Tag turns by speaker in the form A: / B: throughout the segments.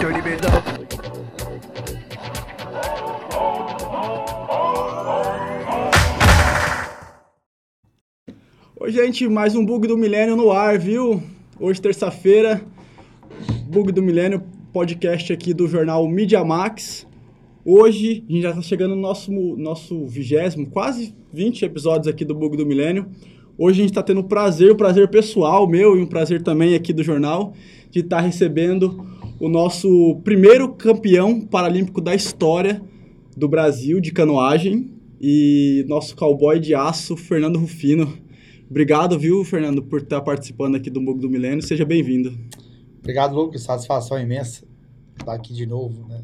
A: Tony Mendonça.
B: Oi, gente, mais um Bug do Milênio no ar, viu? Hoje, terça-feira, Bug do Milênio, podcast aqui do jornal Media Max. Hoje, a gente já está chegando no nosso, nosso vigésimo, quase 20 episódios aqui do Bug do Milênio. Hoje a gente está tendo o prazer, o prazer pessoal meu e um prazer também aqui do jornal, de estar recebendo o nosso primeiro campeão paralímpico da história do Brasil de canoagem e nosso cowboy de aço, Fernando Rufino. Obrigado, viu, Fernando, por estar participando aqui do Bug do Milênio. Seja bem-vindo.
C: Obrigado, Lucas. Satisfação imensa estar aqui de novo, né?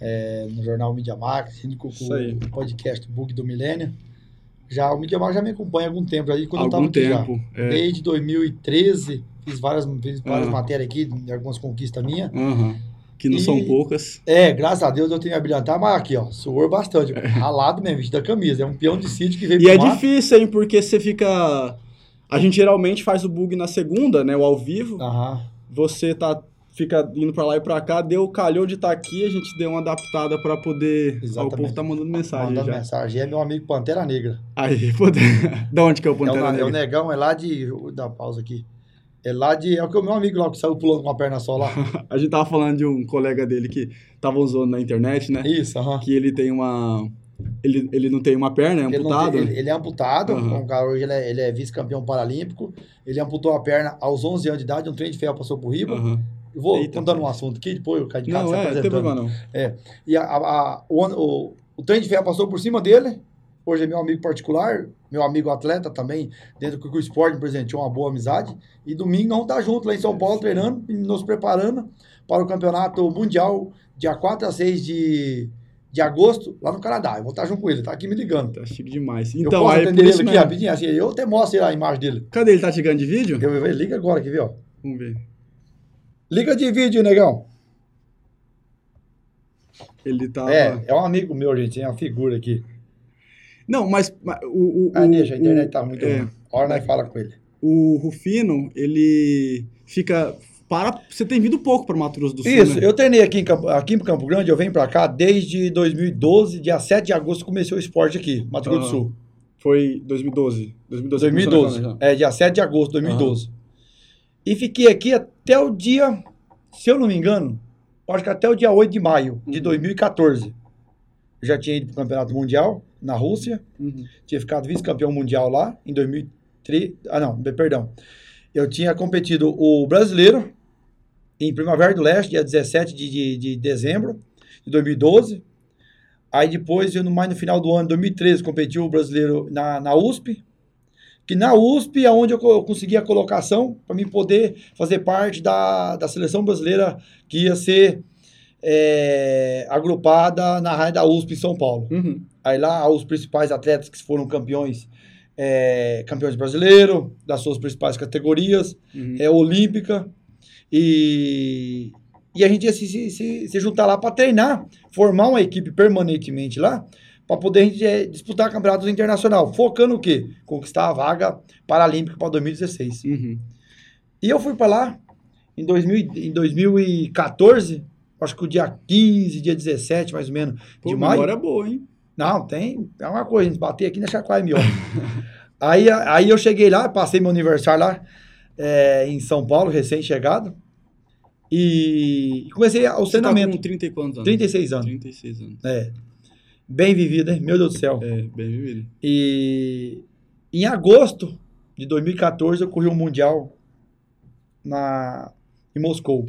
C: É, no jornal Media Max, indo com
B: Isso aí.
C: o podcast Bug do Milênio. Já, o Media Max já me acompanha há algum tempo, aí quando
B: Algum
C: eu estava aqui
B: tempo.
C: já.
B: É.
C: Desde 2013, fiz várias, fiz várias
B: Ah.
C: matérias aqui, de algumas conquistas minhas.
B: Aham. Que não são
C: E-
B: poucas.
C: É, graças a Deus eu tenho habilitado, mas aqui, ó, suor bastante. Ralado mesmo, vestido da camisa. É um peão de sítio que veio
B: É. E é
C: pro mato.
B: difícil, hein, porque você fica. A gente geralmente faz o bug na segunda, né? O ao vivo.
C: Aham.
B: Você tá fica indo pra lá e pra cá, deu calhou de estar aqui, a gente deu uma adaptada pra poder. Ó, o
C: Exatamente.
B: povo tá mandando mensagem
C: Mandando
B: já.
C: mensagem. É meu amigo Pantera Negra.
B: Aí, poder. da onde que é o
C: É o,
B: Pantera
C: é o
B: Negra?
C: negão, é lá de. Dá uma pausa aqui. É lá de. É o que o meu amigo lá que saiu pulando com a perna só lá.
B: A gente tava falando de um colega dele que tava usando na internet, né?
C: Isso, aham.
B: Que ele tem uma. Ele, ele não tem uma perna, é
C: Ele, não
B: amputado.
C: tem- ele- ele é amputado,
B: Aham.
C: um cara hoje ele é, ele é vice-campeão paralímpico. Ele amputou a perna aos 11 anos de idade, um trem de ferro passou por riba.
B: Aham.
C: Eu Vou
B: Eita.
C: contando um assunto aqui, depois o Cadicado
B: Não,
C: se
B: é, não tem
C: apresentando.
B: problema não.
C: E a, a- a- o, o, o trem de ferro passou por cima dele. Hoje é meu amigo particular, meu amigo atleta também, dentro do que o esporte me presenteou uma boa amizade. E domingo não tá junto lá em São Paulo, treinando e nos preparando para o campeonato mundial, dia 4 a 6 de, de agosto, lá no Canadá. Eu vou estar junto com ele, tá aqui me ligando.
B: Tá chique demais.
C: eu
B: Então,
C: posso
B: aí
C: atender
B: por
C: ele
B: isso
C: aqui
B: mesmo.
C: rapidinho, assim, eu até mostro aí a imagem dele.
B: Cadê ele? Tá te ligando de vídeo?
C: Eu, eu- liga agora aqui, viu?
B: Vamos ver.
C: Liga de vídeo, negão.
B: Ele tá.
C: É, é um amigo meu, gente, é uma figura aqui.
B: Não, mas, mas o, o,
C: Ah,
B: o-
C: deixa, a internet tá muito
B: é.
C: ruim. A hora nós fala com ele.
B: o Rufino, ele fica. Para. Você tem vindo pouco pra Mato Grosso do Sul.
C: Isso,
B: né?
C: eu treinei aqui em, Campo, aqui em Campo Grande, eu venho pra cá desde 2012, dia 7 de agosto comecei o esporte aqui, Mato Grosso do
B: Aham.
C: Sul.
B: Foi 2012. 2012.
C: 2012. É, dia 7 de agosto de 2012. E fiquei aqui até o dia, se eu não me engano, eu acho que até o dia 8 de maio de
B: Uhum.
C: 2014. Eu já tinha ido pro Campeonato Mundial na Rússia,
B: Uhum.
C: tinha ficado vice-campeão mundial lá em 2003. Ah, não, perdão. Eu tinha competido o brasileiro em Primavera do Leste, dia 17 de, de, de dezembro de 2012. Aí depois, eu, no- mais no final do ano, 2013, competi o brasileiro na, na USP. Que na USP é onde eu co- eu consegui a colocação para mim poder fazer parte da, da seleção brasileira que ia ser eh, agrupada na raia da USP em São Paulo.
B: Uhum.
C: Aí lá os principais atletas que foram campeões, é, campeões brasileiro, das suas principais categorias,
B: Uhum.
C: é olímpica. E, e a gente ia se, se, se- se juntar lá para treinar, formar uma equipe permanentemente lá, para poder a gente, é, disputar campeonatos internacional, focando o quê? Conquistar a vaga paralímpica para 2016.
B: Uhum.
C: E eu fui para lá em, 2000, e- em 2014, acho que o dia 15, dia 17, mais ou menos,
B: Pô,
C: de maio.
B: memória é boa, hein?
C: Não, tem. É uma coisa, a gente bater aqui na Chacoalha Mió. aí, aí eu cheguei lá, passei meu aniversário lá é, em São Paulo, recém-chegado. E comecei o
B: Você tá
C: treinamento.
B: com 30 e quantos anos?
C: 36 anos.
B: 36 anos.
C: É. Bem vivido, hein? Meu Deus do céu.
B: É, bem vivido.
C: E em agosto de 2014 eu corri o um Mundial na, em Moscou.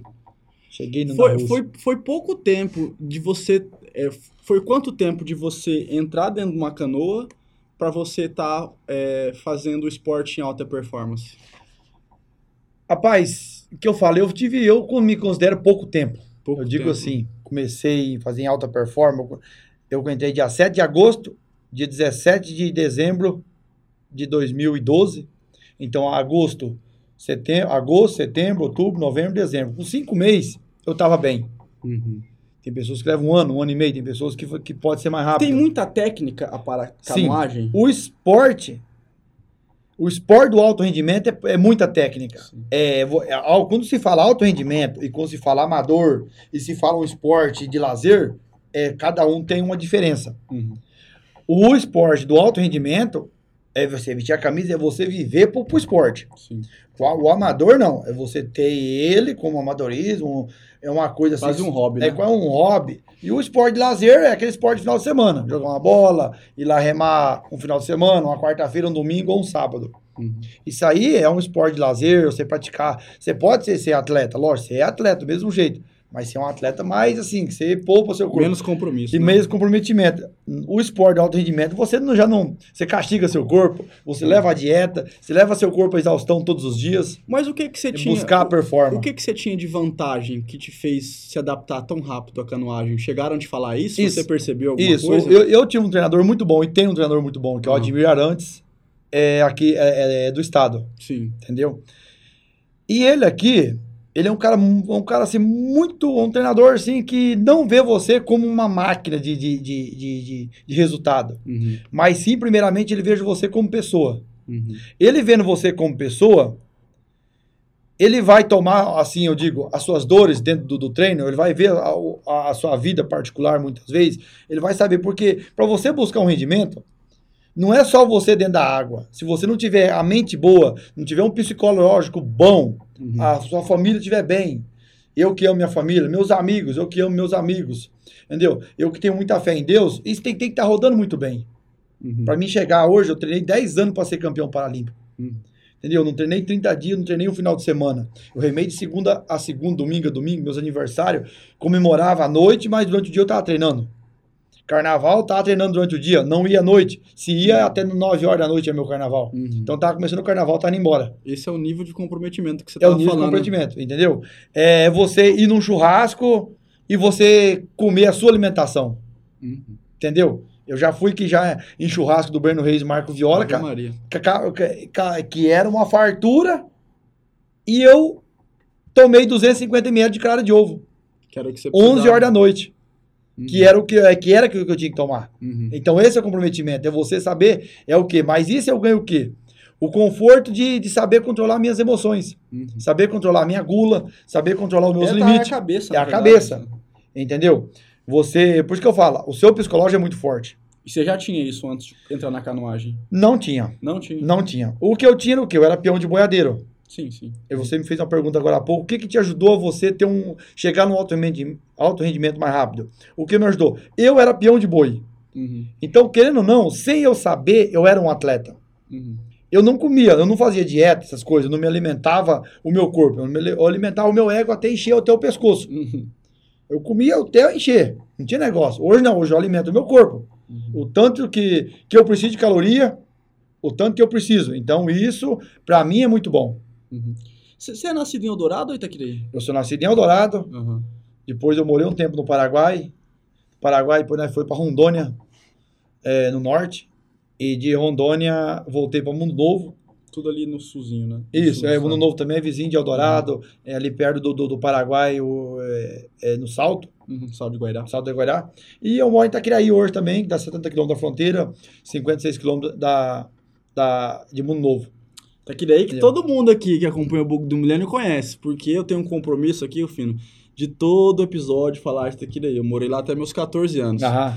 C: Cheguei no na
B: Foi,
C: Rússia.
B: foi, foi pouco tempo de você. é, foi quanto tempo de você entrar dentro de uma canoa para você
A: tá,
B: estar
A: é,
B: fazendo esporte em alta performance?
C: Rapaz, o que eu falei, eu tive, eu me considero pouco tempo.
B: Pouco
C: eu digo
B: tempo.
C: assim, comecei a fazer em alta performance. Eu entrei dia 7 de agosto, dia 17 de dezembro de 2012. Então, agosto, setembro, agosto, setembro, outubro, novembro, dezembro. Com cinco meses, eu estava bem.
B: Uhum.
C: Tem pessoas que levam um ano, um ano e meio, tem pessoas que, que pode ser mais rápido.
B: Tem muita técnica a para
C: Sim.
B: canoagem?
C: O esporte, O esporte do alto rendimento é, é muita técnica.
B: Sim.
C: É, vo- é, ao- quando se fala alto rendimento e quando se fala amador e se fala um esporte de lazer, é, cada um tem uma diferença.
B: Uhum.
C: O esporte do alto rendimento é você vestir a camisa, é você viver pro, pro esporte.
B: Sim.
C: O, a- o amador não, é você ter ele como amadorismo, é uma coisa
B: Quase um hobby, né?
C: é quase um hobby. E o esporte de lazer é aquele esporte de final de semana. Jogar uma bola, ir lá remar um final de semana, uma quarta-feira, um domingo ou um sábado.
B: Uhum.
C: Isso aí é um esporte de lazer, você praticar. Você pode ser, ser atleta, lógico, você é atleta do mesmo jeito. Mas você é um atleta mais assim, que você poupa o seu corpo.
A: Menos compromisso.
C: E
A: né?
C: menos comprometimento. O esporte de alto rendimento, você não, já não. Você castiga seu corpo, você leva a dieta, você leva seu corpo à exaustão todos os dias
A: Mas o que que você
C: e
A: tinha?
C: buscar a performance.
A: O que que você tinha de vantagem que te fez se adaptar tão rápido à canoagem? Chegaram a te falar isso?
C: Isso.
A: Você percebeu alguma
C: Isso,
A: coisa?
C: eu, eu tive um treinador muito bom e tenho um treinador muito bom, que é o
A: Uhum.
C: Admir Arantes, é, aqui é, é, é do estado,
A: Sim.
C: entendeu? E ele aqui, ele é um cara, mu- um cara assim, muito, um treinador assim, que não vê você como uma máquina de, de, de, de, de- de resultado,
A: Uhum,
C: mas sim, primeiramente, ele veja você como pessoa.
A: uhum.
C: Ele vendo você como pessoa, ele vai tomar, assim, eu digo, as suas dores dentro do, do treino, ele vai ver a, a- a sua vida particular muitas vezes, ele vai saber, porque para você buscar um rendimento, não é só você dentro da água. Se você não tiver a mente boa, não tiver um psicológico bom,
A: uhum.
C: a sua família estiver bem, eu que amo minha família, meus amigos, eu que amo meus amigos, entendeu? Eu que tenho muita fé em Deus, isso tem, tem que estar rodando muito bem.
A: Uhum.
C: Pra mim chegar hoje, eu treinei 10 anos pra ser campeão paralímpico.
A: Hum.
C: Entendeu? Eu Não treinei 30 dias, não treinei um final de semana. Eu remei de segunda a segunda, domingo a domingo, meus aniversários, comemorava à noite, mas durante o dia eu tava treinando. Carnaval, eu tava treinando durante o dia, não ia à noite. Se ia até 9 horas da noite é meu carnaval.
A: Uhum.
C: Então tava começando o carnaval, tava indo embora.
A: Esse é o nível de comprometimento que você
C: É
A: estava
C: o nível de
A: falando. né?
C: comprometimento, entendeu? É você ir num churrasco e você comer a sua alimentação,
A: Uhum.
C: entendeu? Eu já fui que já em churrasco do Breno Reis e Marco Viola,
A: Ave
C: cara.
A: Maria.
C: Ca- ca- ca- ca- que era uma fartura e eu tomei 250 ml de clara de ovo,
A: Que era o que você
C: 11 horas da noite,
A: Uhum.
C: que era o que, é, que era o que eu tinha que tomar.
A: Uhum.
C: Então esse é o comprometimento, é você saber é o quê, mas isso eu ganho o quê? O conforto de, de saber controlar minhas emoções,
A: Uhum.
C: saber controlar minha gula, saber controlar os meus
B: Até tá
C: limites,
B: a cabeça.
C: É
B: na
C: a
B: verdade,
C: cabeça.
B: né?
C: entendeu? Você, por isso que eu falo, o seu psicológico é muito forte.
B: E você já tinha isso antes de entrar na canoagem?
C: Não tinha,
B: Não tinha?
C: não tinha. O que eu tinha era o quê? Eu era peão de boiadeiro.
B: Sim, sim.
C: E Você me fez uma pergunta agora há pouco. O que, que te ajudou a você ter um chegar no alto rendimento, alto rendimento mais rápido? O que me ajudou? Eu era peão de boi.
B: Uhum.
C: Então, querendo ou não, sem eu saber, eu era um atleta.
B: Uhum.
C: Eu não comia, eu não fazia dieta, essas coisas, eu não me alimentava o meu corpo, eu, não me, ali- eu alimentava o meu ego até encher até o pescoço.
B: Uhum.
C: Eu comia até eu encher, não tinha negócio. Hoje não, hoje eu alimento o meu corpo.
B: Uhum.
C: O tanto que, que eu preciso de caloria, o tanto que eu preciso. Então, isso, pra mim, é muito bom.
B: Uhum. Você você é nascido em Eldorado ou Itaquirei?
C: Eu sou nascido em Eldorado,
B: Uhum.
C: Depois eu morei um tempo no Paraguai. Paraguai, depois nós foi para Rondônia, eh, no norte. E de Rondônia voltei para Mundo Novo.
B: Tudo ali no Suzinho, né? No
C: Isso,
B: sul do
C: é, Mundo
B: estado.
C: Novo também é vizinho de Eldorado, é ali perto do, do, do Paraguai, o, é, é no Salto,
B: Uhum. Sal de Guairá.
C: Salto do Guará. E eu moro em Itaquiraí hoje também, que dá 70 quilômetros da fronteira, 56 quilômetros da, da, de Mundo Novo.
B: é
A: Itaquirei que
C: Entendeu?
A: todo mundo aqui que acompanha o Bug do Milênio conhece, porque eu tenho um compromisso aqui, o Fino, de todo episódio falar de Itaquirei. Eu morei lá até meus 14 anos.
C: Aham.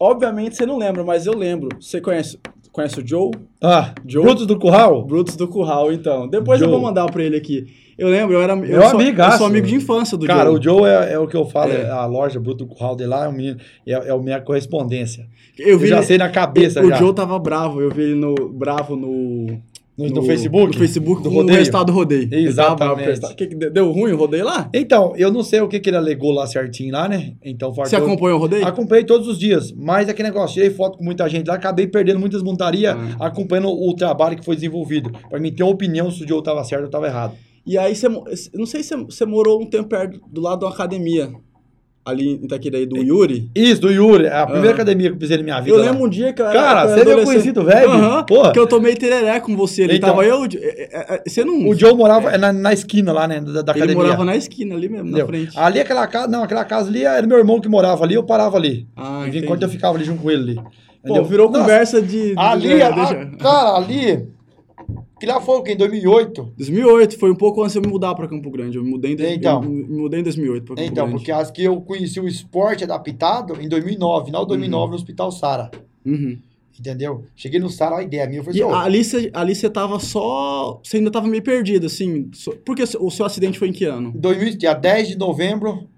A: Obviamente você não lembra, mas eu lembro. Você conhece, conhece o Joe?
C: Ah,
A: Joe?
C: Brutos do Curral?
A: Brutus do Curral, então. Depois eu
C: Joe.
A: vou mandar pra ele aqui. Eu lembro, eu era eu
C: Meu
A: sou,
C: amigaço.
A: eu sou amigo de infância do
C: Cara,
A: Joe.
C: o Joe é, é o que eu falo,
A: É.
C: é a loja Bruto do Curral de lá é, o menino, é, é a minha correspondência.
A: Eu
C: Eu
A: vi
C: já
A: ele-
C: sei na cabeça
A: o
C: já.
A: Joe tava bravo, eu vi ele no bravo no
C: no, no Facebook?
A: no Facebook
C: Do
A: com o
C: rodeio?
A: resultado do rodeio. Ele tava bravo com o
C: Exatamente.
A: resultado. Que que deu- deu ruim o rodeio lá?
C: Então, eu não sei o que, que ele alegou lá certinho lá, né? Então,
A: Você
C: fartou...
A: acompanha o rodeio?
C: Acompanhei todos os dias, mas é aquele negócio, tirei foto com muita gente lá, acabei perdendo muitas montarias
A: Ah.
C: acompanhando o trabalho que foi desenvolvido. Pra mim ter uma opinião se o Joe tava certo ou tava errado.
A: E aí você, mo- eu não sei se você- você morou um tempo perto do lado de uma academia ali em Itaquiraí
C: É.
A: do Yuri.
C: Isso, do Yuri, é a primeira
A: Aham.
C: academia que eu pisei na minha
A: Ah.
C: vida.
A: Eu
C: lá.
A: lembro um dia que eu era-
C: Cara,
A: que eu era
C: você é meu
A: adolescente.
C: conhecido velho,
A: Aham,
C: porra.
A: que eu tomei tereré com você. Ele
C: Então.
A: tava eu. é, é, é, Você não.
C: O Joe morava na, na esquina lá, né, da, da
A: É. ele
C: academia.
A: morava na esquina ali mesmo, na
C: Entendeu? Ah,
A: frente.
C: Ali aquela casa, não, aquela casa ali era meu irmão que morava ali, eu parava ali.
A: Ah, entendi.
C: Enquanto eu ficava ali junto com ele ali.
A: Pô,
C: Entendeu? ah,
A: virou
C: Nossa,
A: conversa de. de-
C: Ali,
A: é,
C: a-
A: deixa-
C: cara, ali Que lá foi o quê? Em 2008?
A: 2008, foi um pouco antes de eu me mudar pra Campo Grande. Eu me mudei em, dois-
C: Então.
A: eu me mudei em 2008 pra Campo
C: Então,
A: Grande.
C: porque as que eu conheci o esporte adaptado em 2009, final de 2009, no Hospital Sara.
A: Uhum.
C: Entendeu? Cheguei no Sara, a ideia minha foi
A: E
C: assim, "Ô,
A: ali você ali você tava só... Você ainda tava meio perdido, assim. só- Porque o seu acidente foi em que ano?
C: 2000, dia 10 de novembro,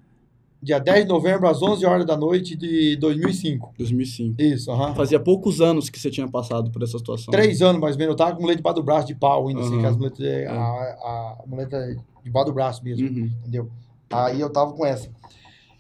C: dia 10 de novembro, às 11 horas da noite de 2005.
A: 2005.
C: Isso, aham.
A: Fazia poucos anos que você tinha
B: Tinha passado por essa situação.
C: Três anos mais ou menos, eu tava com muleta debaixo do braço de pau ainda, assim,
A: Aham.
C: que as muletas, é, a, a muleta é debaixo do braço mesmo,
A: Uhum.
C: entendeu? Aí eu tava com essa.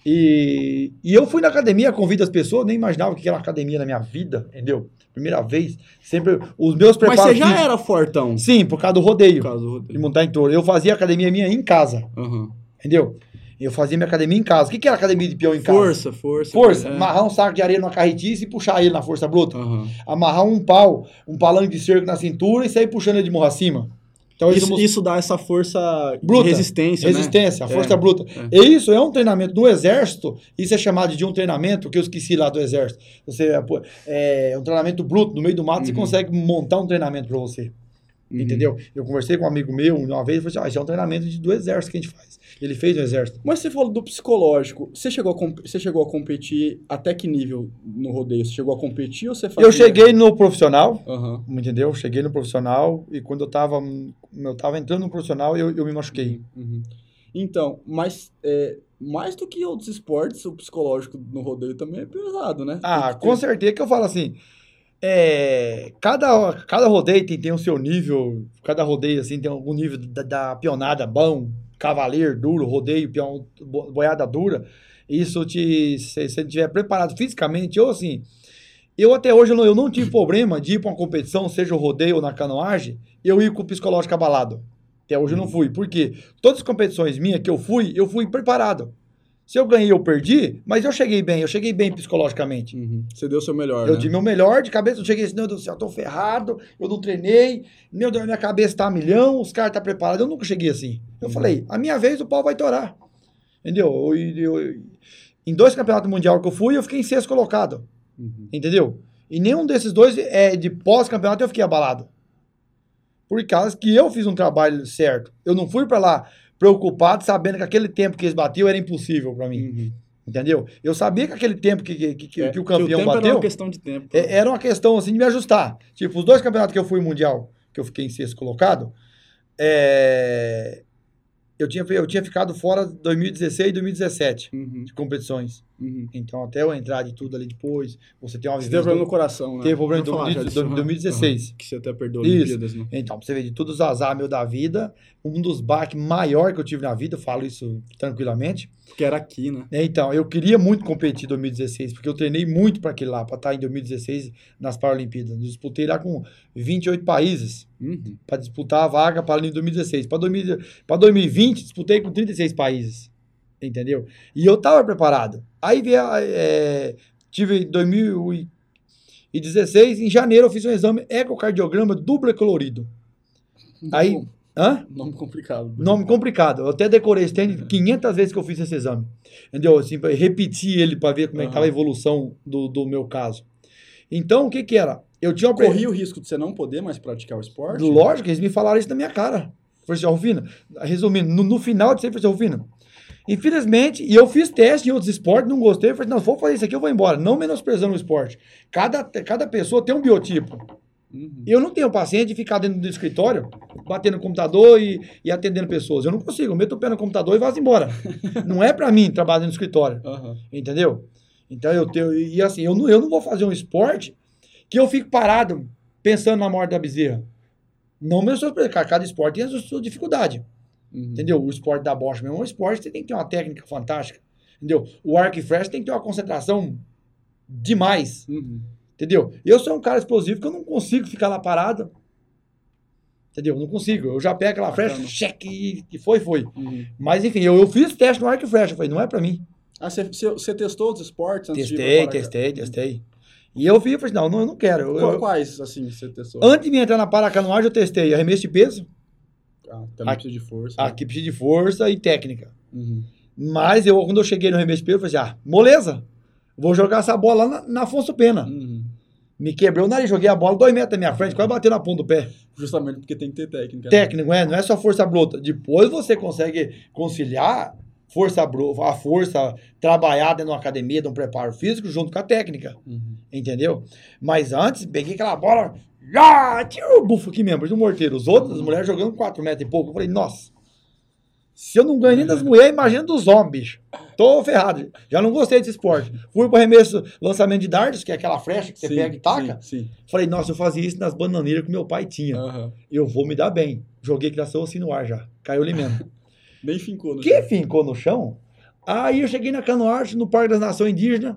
C: E, e eu fui na academia, convido as pessoas, nem imaginava o que era academia na minha vida, entendeu? Primeira vez, sempre os
A: Mas
C: meus preparos.
A: você já
C: físicos-
A: era fortão.
C: Sim, por causa do rodeio,
A: Por causa do
C: de
A: rodeio.
C: montar em torno. Eu fazia academia minha em casa,
A: Aham.
C: entendeu? Eu fazia minha academia em casa. O que, que era academia de peão em casa?
A: Força, força.
C: Força,
A: é.
C: amarrar um saco de areia numa carretice e puxar ele na força bruta.
A: Aham.
C: Amarrar um pau, um palanque de cerco na cintura e sair puxando ele de morro acima. Então
A: Isso,
C: isso,
A: isso dá essa força de
C: Bruta.
A: resistência, né?
C: resistência, a
A: É,
C: força bruta.
A: é.
C: E isso é um treinamento no exército, isso é chamado de um treinamento que eu esqueci lá do exército. Você pô, é um treinamento bruto, no meio do mato você
A: Uhum.
C: consegue montar um treinamento pra você,
A: Uhum.
C: entendeu? Eu conversei com um amigo meu uma vez e falei assim, ah, isso é um treinamento de- do exército que a gente faz. Ele fez no exército.
B: Mas você falou do psicológico. Você chegou a, com- você chegou a competir até que nível no rodeio? Você chegou a competir ou você fazia?
C: Eu cheguei no profissional,
B: Aham.
C: Entendeu? Cheguei no profissional e quando eu tava, hum, eu tava entrando no profissional, eu, eu me machuquei.
B: Uhum. Então, mas é, mais do que outros esportes, o psicológico no rodeio também é pesado, né?
C: Ah,
B: Tem que ter-
C: com certeza que eu falo assim, é, cada, cada rodeio tem, tem o seu nível, cada rodeio assim tem algum nível da, da pionada bom, cavaleiro duro, rodeio, peão, bo- boiada dura. Isso te, se se você estiver preparado fisicamente, eu assim, eu até hoje eu não, eu não tive problema de ir pra uma competição, seja o rodeio ou na canoagem, eu ir com o psicológico abalado. Até hoje eu não fui. Por quê? Todas as competições minhas que eu fui, eu fui preparado. Se eu ganhei, eu perdi, mas eu cheguei bem, eu cheguei bem psicologicamente.
B: Uhum. Você deu o seu melhor,
C: Eu
B: né?
C: dei meu melhor de cabeça, eu cheguei assim, meu Deus do céu, eu tô ferrado, eu não treinei, meu Deus, minha cabeça tá a milhão, os caras tá preparados, eu nunca cheguei assim. Eu
B: Uhum.
C: falei, a minha vez o pau vai torar. Entendeu? Eu- eu- eu- em dois campeonatos mundial que eu fui, eu fiquei em sexto colocado,
B: Uhum.
C: entendeu? E nenhum desses dois é de pós-campeonato eu fiquei abalado. Por causa que eu fiz um trabalho certo. Eu não fui pra lá preocupado, sabendo que aquele tempo que eles batiam era impossível pra mim.
B: Uhum.
C: Entendeu? Eu sabia que aquele tempo que, que, que-
B: É,
C: que o
A: Porque
C: campeão
A: tempo era
C: bateu.
A: uma questão de tempo. né?
C: É, Era uma questão assim de me ajustar. Tipo, os dois campeonatos que eu fui mundial, que eu fiquei em sexto colocado, é, eu, tinha, eu tinha ficado fora 2016 e 2017
B: Uhum.
C: de competições.
B: Uhum.
C: Então, até eu entrar de tudo ali depois, você tem uma
B: Você
C: vivência
B: teve problema
C: do-
B: no coração, né?
C: teve problema em
A: Vamos falar já
C: 2000
A: disso, né?
C: 2016.
B: Aham. Ah, Que você até perdeu
C: Isso.
B: Olimpíadas, né?
C: Então, pra você ver de todos os azar meu da vida, um dos baques maior que eu tive na vida, eu falo isso tranquilamente,
A: Que era aqui, né?
C: né? Então, eu queria muito competir em 2016, porque eu treinei muito para aquele lá, para estar em 2016 nas Paralimpíadas. Eu disputei lá com 28 países
B: Uhum.
C: para disputar a vaga para em 2016. Para 2020, disputei com 36 países, entendeu? E eu estava preparado. Aí veio, a- é, tive em 2016, em janeiro, eu fiz um exame ecocardiograma dupla colorido. Aí-
B: Bom,
C: Hã?
B: Então, Nome complicado.
C: Nome complicado. Eu até decorei esse
B: Uhum.
C: tênis 500 vezes que eu fiz esse exame. Entendeu? Assim, pra repetir ele para ver como é que
B: Aham.
C: estava a evolução do, do meu caso. Então, o que que era? Eu tinha uma... pre-
B: Corria o risco de você não poder mais praticar o esporte?
C: Lógico, eles me falaram isso na minha cara. Falei assim, Rufino, resumindo, no, no final de sempre, falei assim, Rufino, infelizmente, e eu fiz teste em outros esportes, não gostei, eu falei, assim, não, se for fazer isso aqui, eu vou embora. Não menosprezando o esporte. Cada, cada pessoa tem um biotipo.
B: Uhum.
C: Eu não tenho paciência de ficar dentro do escritório, batendo no computador e, e atendendo pessoas. Eu não consigo. Eu meto o pé no computador e vazo embora. não é pra mim trabalhar dentro do escritório,
B: Aham.
C: entendeu? Então eu tenho. E assim, eu não, eu não vou fazer um esporte que eu fico parado pensando na morte da bezerra. Não mesmo sobre cara, cada esporte tem a sua- sua dificuldade.
B: Uhum.
C: Entendeu? O esporte da bocha mesmo é um esporte que você tem que ter uma técnica fantástica. Entendeu? O arco e flecha tem que ter uma concentração demais.
B: Uhum.
C: Entendeu? Eu sou um cara explosivo que eu não consigo ficar lá parado. Entendeu? Não consigo. Eu já pego aquela flecha,
B: Bacana.
C: cheque, e- e foi, foi.
B: Uhum.
C: Mas enfim, eu, eu fiz teste no arco e flecha. Eu falei, não é pra mim.
B: Ah, você- você você testou os esportes antes de ir
C: Testei,
B: pra paraca-
C: testei, testei. E eu vi, eu falei, não, não, eu não quero. Eu-
B: Qua-
C: eu-
B: Quais, assim, você testou?
C: antes de me entrar na paracanoagem, eu testei arremesso de peso,
B: Ah, também
C: Aqui-
B: precisa de força.
C: aqui precisa de força e técnica.
B: Uhum.
C: Mas eu, quando eu cheguei no arremesso de peso, eu falei assim, ah, moleza. Vou jogar essa bola lá na, na Afonso Pena.
B: Uhum.
C: Me quebrei o nariz, joguei a bola dois metros da minha frente, quase bateu na ponta do pé.
B: Justamente porque tem que ter técnica. né?
C: Técnico, é, não é só força bruta. Depois você consegue conciliar força bruta, a força trabalhada numa academia, de um preparo físico, junto com a técnica.
B: Uhum.
C: Entendeu? Mas antes, peguei aquela bola. Ah, tira o bufo aqui mesmo, de um morteiro. Os outros, as mulheres jogando 4 metros e pouco. Eu falei, nossa. Se eu não ganho nem das mulheres, imagina dos homens, bicho. Tô ferrado. Já não gostei desse esporte. Fui pro arremesso, lançamento de dardos, que é aquela flecha que você
B: Sim,
C: pega e taca.
B: Sim. sim.
C: Falei, nossa, eu fazia isso nas bananeiras que meu pai tinha.
B: Aham.
C: Eu vou me dar bem. Joguei criação assim no ar já. Caiu ali mesmo.
B: Nem fincou no
C: que fincou no chão. Aí eu cheguei na Canoarte, no Parque das Nações Indígenas.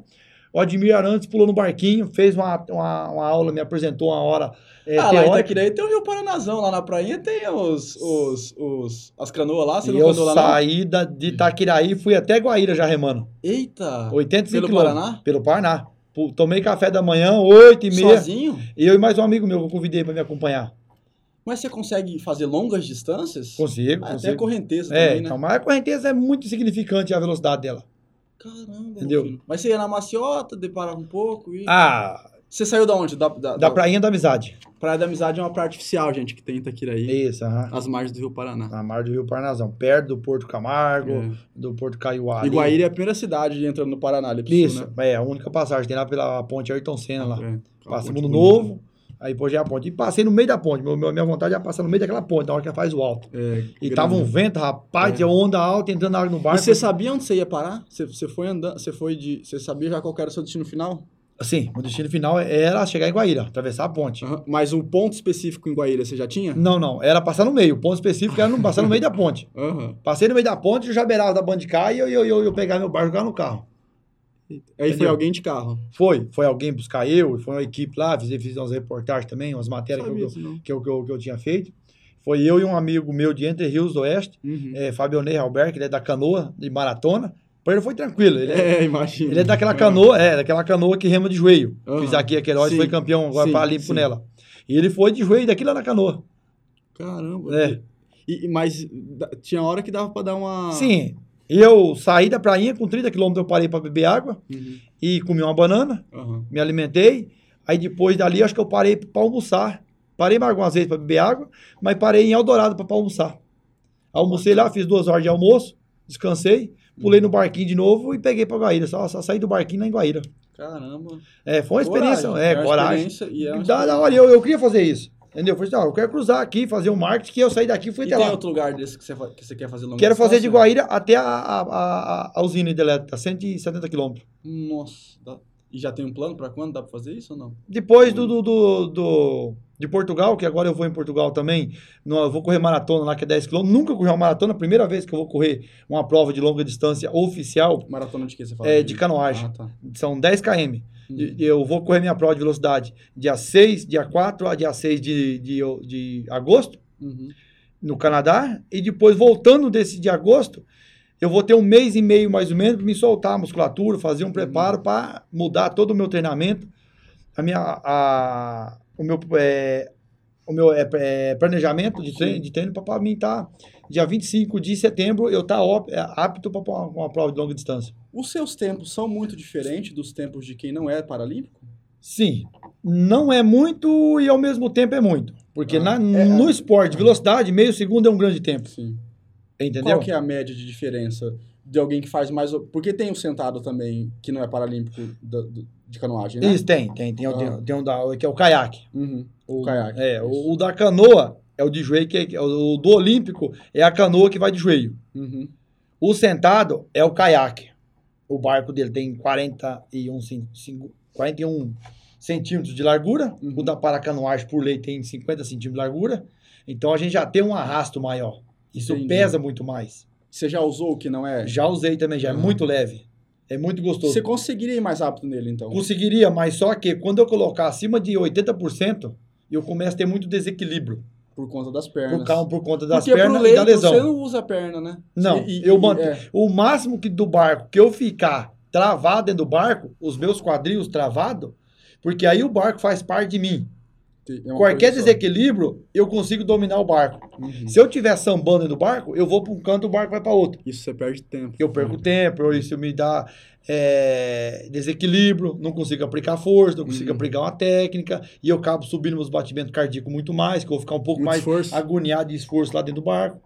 C: O Admir Arantes pulou no barquinho, fez uma, uma, uma aula, me apresentou uma hora é,
B: Ah, lá em
C: teórica.
B: Itaquiraí tem o Rio Paranazão, lá na prainha tem os, os, os, as canoas lá, você
C: E
B: não
C: eu
B: andou lá não?
C: saí da, de Itaquiraí e fui até Guaíra já remando.
B: Eita,
C: 85
B: pelo
C: quilômetros.
B: Paraná?
C: Pelo Paraná. Pu- Tomei café da manhã, 8 e meia.
B: sozinho?
C: E eu e mais um amigo meu que eu convidei para me acompanhar.
B: Mas você consegue fazer longas distâncias?
C: Consigo,
B: Ah, até a
C: consigo.
B: correnteza
C: É,
B: também, né?
C: então, mas a correnteza é muito significante a velocidade dela.
B: Caramba,
C: Entendeu?
B: Rufino. Mas você ia na maciota, deparava um pouco e...
C: Ah,
B: Você saiu da onde? Da, da,
C: da prainha da amizade.
A: Praia da Amizade é uma praia artificial, gente, que tem em Itaquiraí,
C: Isso, aham.
A: as margens do Rio Paraná.
C: Na margem do Rio Parnazão, perto do Porto Camargo,
A: É.
C: do Porto Caiuá. ali.
B: Iguaíra é a primeira cidade entrando no Paraná, ali pro
C: Isso,
B: sul, né?
C: é a única passagem. Tem lá pela ponte Ayrton Senna lá.
A: É,
C: Passa
A: Ponte
C: Mundo
A: Bonita.
C: Novo, aí depois já é a ponte. E passei no meio da ponte. Meu, meu- minha vontade é passar no meio daquela ponte, na hora que ela faz o alto.
A: É,
C: E
A: grande.
C: tava um vento, rapaz,
A: É.
C: de onda alta, entrando na água no
B: E
C: barco.
B: você sabia onde você ia parar? Você, você foi andando, você foi de... Você sabia já qual que era o seu destino final?
C: Sim, o destino final era chegar em Guaíra, atravessar a ponte.
A: Aham.
B: Mas o ponto específico em Guaíra você já tinha?
C: Não, não, era passar no meio. O ponto específico era não passar no meio da ponte.
B: Aham.
C: Passei no meio da ponte, eu já beirava da banda de cá e eu, eu, eu, eu pegava meu barco e jogava no carro.
B: Aí foi
C: Entendeu?
B: alguém de carro.
C: Foi, foi alguém buscar eu, foi uma equipe lá, fiz, fiz umas reportagens também, umas matérias que eu,
A: Sabia disso, não.
C: que eu, que eu, que eu tinha feito. Foi eu e um amigo meu de Entre Rios do Oeste,
A: Uhum.
C: é, Fabionei Albert, que ele é da canoa, de maratona. Mas ele foi tranquilo, ele é,
A: É, imagina.
C: ele é daquela canoa, é, daquela canoa que rema de joelho.
A: Aham.
C: Fiz aqui aquele hora,
A: Sim,
C: foi campeão agora
A: sim,
C: paralímpico
A: sim.
C: nela. E ele foi de joelho daqui lá na canoa.
A: Caramba.
C: É.
A: E, e- mas da- tinha hora que dava pra dar uma...
C: Sim, eu saí da prainha com 30 quilômetros, eu parei para beber água
A: Uhum.
C: e comi uma banana.
A: Aham.
C: me alimentei. Aí depois dali, acho que eu parei para almoçar. Parei mais algumas vezes para beber água, mas parei em Eldorado para almoçar. Almocei lá, fiz duas horas de almoço, descansei, pulei no barquinho de novo e peguei para Guaíra. Só, só saí do barquinho na Guaíra.
B: Caramba.
C: É, foi uma experiência, é,
B: uma
C: coragem.
B: experiência e é uma
C: Da, da hora, eu, eu queria fazer isso. Entendeu? Eu Falei assim, ó, eu quero cruzar aqui, fazer um marketing, que eu saí daqui e fui
B: E
C: até
B: tem
C: lá.
B: outro lugar desse que você, fa- que você quer fazer longa
C: Quero fazer de
B: distância?
C: Guaíra até a, a, a, a usina hidrelétrica, tá 170 quilômetros.
B: Nossa. dá- E já tem um plano pra quando? Dá pra fazer isso ou não?
C: Depois do, do, do- do- de Portugal, que agora eu vou em Portugal também, no- eu vou correr maratona lá, que é 10 km. Nunca corri uma maratona, primeira vez que eu vou correr uma prova de longa distância oficial
B: Maratona de que você fala?
C: é, de canoagem.
B: Ah, tá.
C: São 10 km.
B: Hum.
C: E- Eu vou correr minha prova de velocidade dia 6, dia 4 a dia 6 de, de, de agosto,
B: Uhum.
C: no Canadá. E depois, voltando desse de agosto, eu vou ter um mês e meio mais ou menos para me soltar a musculatura, fazer um
B: Uhum.
C: preparo para mudar todo o meu treinamento, a minha, a, o meu, é, o meu é, é, planejamento de treino, de treino para mim estar. dia 25 de setembro, eu estar apto para uma, uma prova de longa distância.
B: Os seus tempos são muito diferentes dos tempos de quem não é paralímpico?
C: Sim, não é muito e ao mesmo tempo é muito. Porque
B: Ah,
C: na-
B: é,
C: no esporte, velocidade, meio segundo é um grande tempo.
B: Sim.
C: Entendeu?
B: Qual que é a média de diferença de alguém que faz mais... o- Porque tem o sentado também, que não é paralímpico da- do- de canoagem, né?
C: Isso, tem, tem. Tem, o-
B: Ah.
C: tem, tem um da, que é o caiaque.
B: Uhum.
C: O
B: caiaque.
C: É,
B: Isso.
C: o, o da canoa é o de joelho, que é, que é o o do Olímpico é a canoa que vai de joelho.
B: Uhum.
C: O sentado é o caiaque. O barco dele tem 41, cin- cinco- 41 centímetros de largura.
B: Uhum.
C: O da paracanoagem, por lei, tem 50 centímetros de largura. Então a gente já tem um arrasto maior. Isso
B: Entendi.
C: pesa muito mais.
B: Você já usou o que não é?
C: Já usei também, já é
B: Uhum.
C: muito leve. É muito gostoso.
B: Você conseguiria ir mais rápido nele, então?
C: Conseguiria, mas só que quando eu colocar acima de 80%, eu começo a ter muito desequilíbrio.
B: Por conta das pernas.
C: Por, causa, por conta das
B: Porque é pro
C: pernas e
B: leigo,
C: da lesão.
B: Você não usa a perna, né?
C: Não,
B: E- e-
C: eu
B: e-
C: mantenho.
B: é.
C: O máximo que do barco que eu ficar travado dentro do barco, os meus quadrios travados, porque aí o barco faz parte de mim.
B: Tem- é uma
C: Qualquer
B: coisa só.
C: desequilíbrio, eu consigo dominar o barco.
B: Uhum.
C: Se eu tiver sambando no barco, eu vou para um canto, o barco vai para outro.
A: Isso você perde tempo.
C: Eu
B: Uhum.
C: perco tempo, ou isso me dá é, desequilíbrio, não consigo aplicar força, não consigo
B: Uhum.
C: aplicar uma técnica, e eu acabo subindo meus batimentos cardíacos muito mais, que eu vou ficar um pouco
A: Muito
C: mais
A: esforço.
C: agoniado de esforço lá dentro do barco.